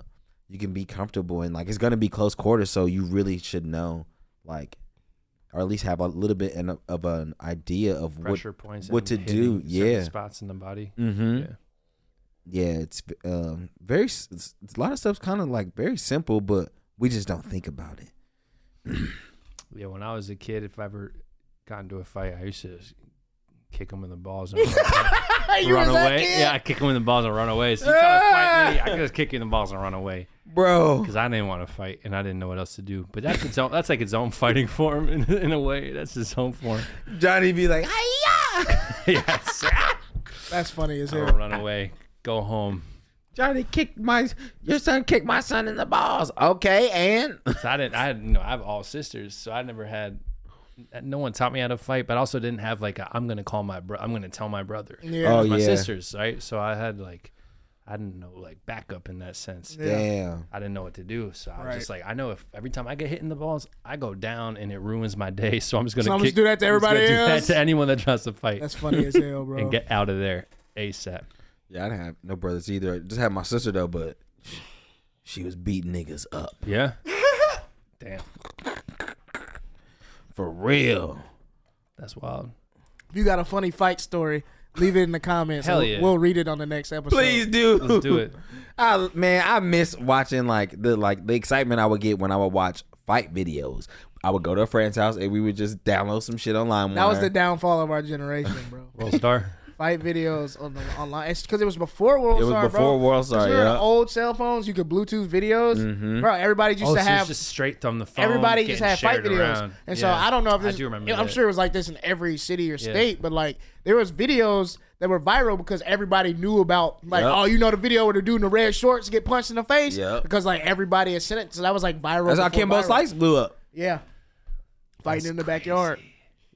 you can be comfortable and like it's gonna be close quarters. So you really should know like, or at least have a little bit an- of an idea of what. pressure points, what and to do, hitting certain yeah. spots in the body. Mm-hmm. Yeah. yeah, it's um very s- it's, it's a lot of stuff's kind of like very simple, but we just don't think about it. Yeah, when I was a kid, if I ever got into a fight, I used to just kick him in the <laughs> balls and run, you run was that away. kid? Yeah, I kick him in the balls and run away. So you try to fight me, I could just kick you in the balls and run away Bro, because I didn't want to fight and I didn't know what else to do. But that's its own. That's like its own fighting form in, in a way. That's its own form. <laughs> Johnny be like, yes, That's funny as Oh. hell. run away, go home. Johnny kicked my your son kicked my son in the balls. Okay, and So I didn't. I had no. I have all sisters, so I never had. No one taught me how to fight, but I also didn't have like i am I'm gonna call my bro. I'm gonna tell my brother. Yeah. Oh, It was my yeah. sisters, right? So I had like, I didn't know like backup in that sense. Yeah. damn, I didn't know what to do, so I was just Right. like, I know if every time I get hit in the balls, I go down and it ruins my day. <laughs> So I'm just gonna. So I'm kick, just do that to I'm just gonna everybody do that else? to anyone that tries to fight That's funny as hell, bro. and get out of there asap. yeah. I didn't have no brothers either. I just had my sister though, but she was beating niggas up Yeah. <laughs> Damn, for real. that's wild. if you got a funny fight story, leave it in the comments. Hell and yeah. We'll read it on the next episode. Please do, Let's do it. <laughs> I, man, I miss watching like the like the excitement I would get when I would watch fight videos. I would go to a friend's house and we would just download some shit online. That was one. the downfall of our generation, <laughs> bro. <laughs> World star. Fight videos on the online. It's because it was before World it was Star, before bro. World 'Cause Star. we were on Yeah. Mm-hmm. old cell phones. You could Bluetooth videos, bro. Everybody used Oh, to so it's have just straight from the phone. everybody getting just had fight shared videos, around. and so Yeah. I don't know if this. I do remember. I'm that. sure it was like this in every city or state, but like there was videos that were viral because everybody knew about like Yep. oh you know the video where the dude in the red shorts get punched in the face Yep. because like everybody had sent it, so that was like viral. That's how before Kimbo viral. Slice blew up. Yeah, fighting in the backyard.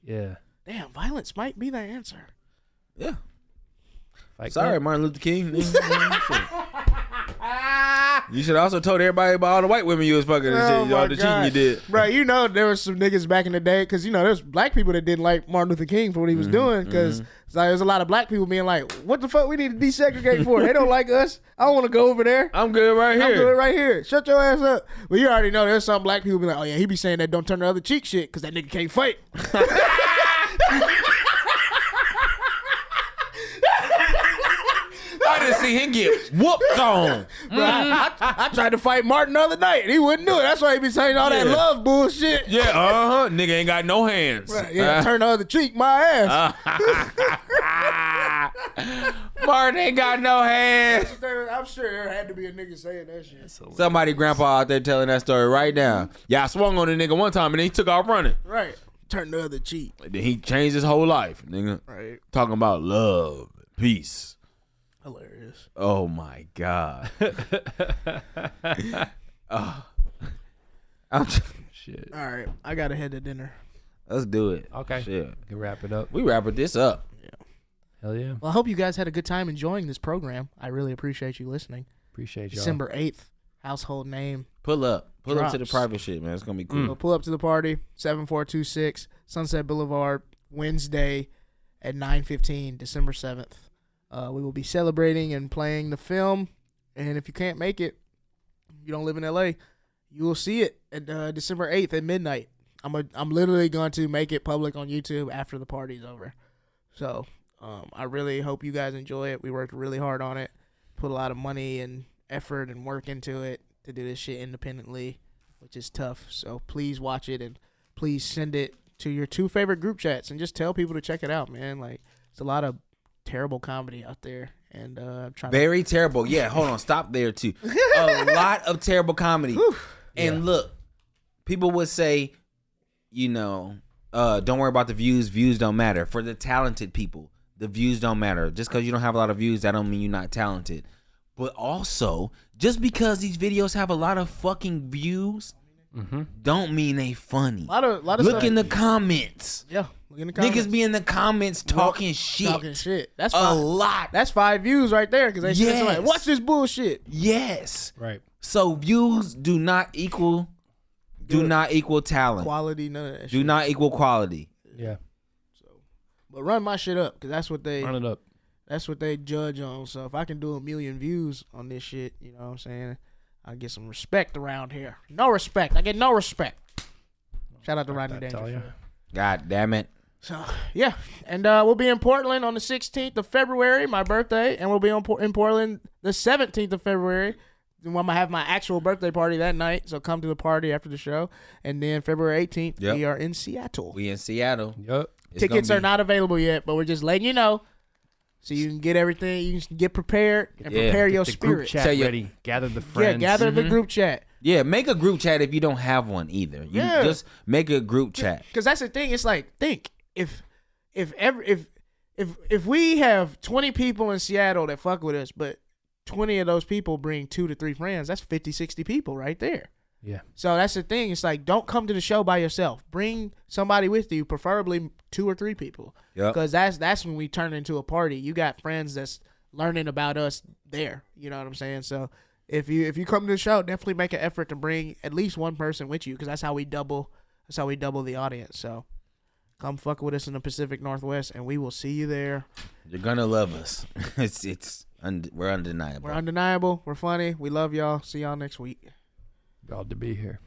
Yeah. Damn, violence might be the answer. Yeah. Fight Sorry, Club? Martin Luther <laughs> King. you should also told everybody about all the white women you was fucking and Oh shit, all the cheating you did. Bro, you know there was some niggas back in the day because you know there's black people that didn't like Martin Luther King for what he Mm-hmm, was doing because like, there's a lot of black people being like, "What the fuck? We need to desegregate for? they don't like us. I want to go over there. I'm good right I'm here. good right here. Shut your ass up." Well, you already know there's some black people be like, "Oh yeah, he be saying that don't turn the other cheek shit because that nigga can't fight." Mm-hmm. I didn't see him get whooped on. Bro, I, I- I tried to fight Martin the other night and he wouldn't do it. That's why he be saying all that Yeah. love bullshit. <laughs> Yeah, uh huh. Nigga ain't got no hands. Bro, yeah, turn the other cheek, my ass. Ah. Martin ain't got no hands. I'm sure there had to be a nigga saying that shit. Somebody grandpa out there telling that story right now. Yeah, I swung on a nigga one time and then he took off running. Right. Turn the other cheek. Then he changed his whole life, nigga. Right. Talking about love, peace. Hilarious. Oh my <laughs> god. Oh. I'm tr- Shit. All right. I got to head to dinner. Let's do it. Okay. Shit. We can wrap it up. We wrapping this up. Hell yeah. Well, I hope you guys had a good time enjoying this program. I really appreciate you listening. Appreciate y'all. December 8th, household name. Pull up. Pull up to the Drops. private shit, man. It's gonna be cool. We'll pull up to the party, 7426 Sunset Boulevard, Wednesday at 9.15, December 7th. Uh, we will be celebrating and playing the film. And if you can't make it, you don't live in L.A., you will see it at uh, December 8th at midnight. I'm, a, I'm literally going to make it public on YouTube after the party's over. So um, I really hope you guys enjoy it. We worked really hard on it, put a lot of money and effort and work into it to do this shit independently which is tough. So please watch it and please send it to your two favorite group chats and just tell people to check it out, man. Like it's a lot of terrible comedy out there, and uh, I'm trying <laughs> <laughs> to Very terrible. Yeah, hold on. Stop there too. A lot of terrible comedy. and look, people would say, you know, uh, don't worry about the views. Views don't matter for the talented people. The views don't matter. Just because you don't have a lot of views, that don't mean you're not talented. But also, just because these videos have a lot of fucking views, don't mean they funny. lot of lot of Look stuff. in the comments. yeah. Look in the Niggas be in the comments talking shit. talking shit. That's a fine. lot. That's five views right there because they said somebody, Yes. watch this bullshit. yes. Right. So views do not equal do Good. not equal talent. Quality, none of that. do shit. not equal quality. Yeah. But run my shit up because that's what they Run it up. that's what they judge on. So if I can do a million views on this shit, you know what I'm saying? I get some respect around here. No respect. I get no respect. Shout out to Rodney Tell ya. Dangerfield. God damn it. So yeah, and uh, we'll be in Portland on the 16th of February, my birthday, and we'll be on Por- in Portland the 17th of February. I'm gonna have my actual birthday party that night, so come to the party after the show. And then February 18th, Yep. we are in Seattle. We in Seattle. Yup. It's Tickets gonna are be- not available yet, but we're just letting you know, so you can get everything. You can get prepared and Yeah. prepare Get your The group spirit. chat Tell ya- ready. Gather the yeah, friends. gather Mm-hmm. the group chat. Yeah, make a group chat if you don't have one either. You Yeah. just make a group chat. Because that's the thing. It's like think if if ever if if if we have twenty people in Seattle that fuck with us, but twenty of those people bring two to three friends. That's 50, 60 people right there. Yeah. So that's the thing. It's like don't come to the show by yourself. Bring somebody with you, preferably two or three people. Yep. Because that's that's when we turn into a party. You got friends that's learning about us there. You know what I'm saying? So if you if you come to the show, definitely make an effort to bring at least one person with you because that's how we double that's how we double the audience. So come fuck with us in the Pacific Northwest, and we will see you there. You're gonna love us. <laughs> it's it's und- we're undeniable. We're undeniable. We're funny. We love y'all. See y'all next week. Proud to be here.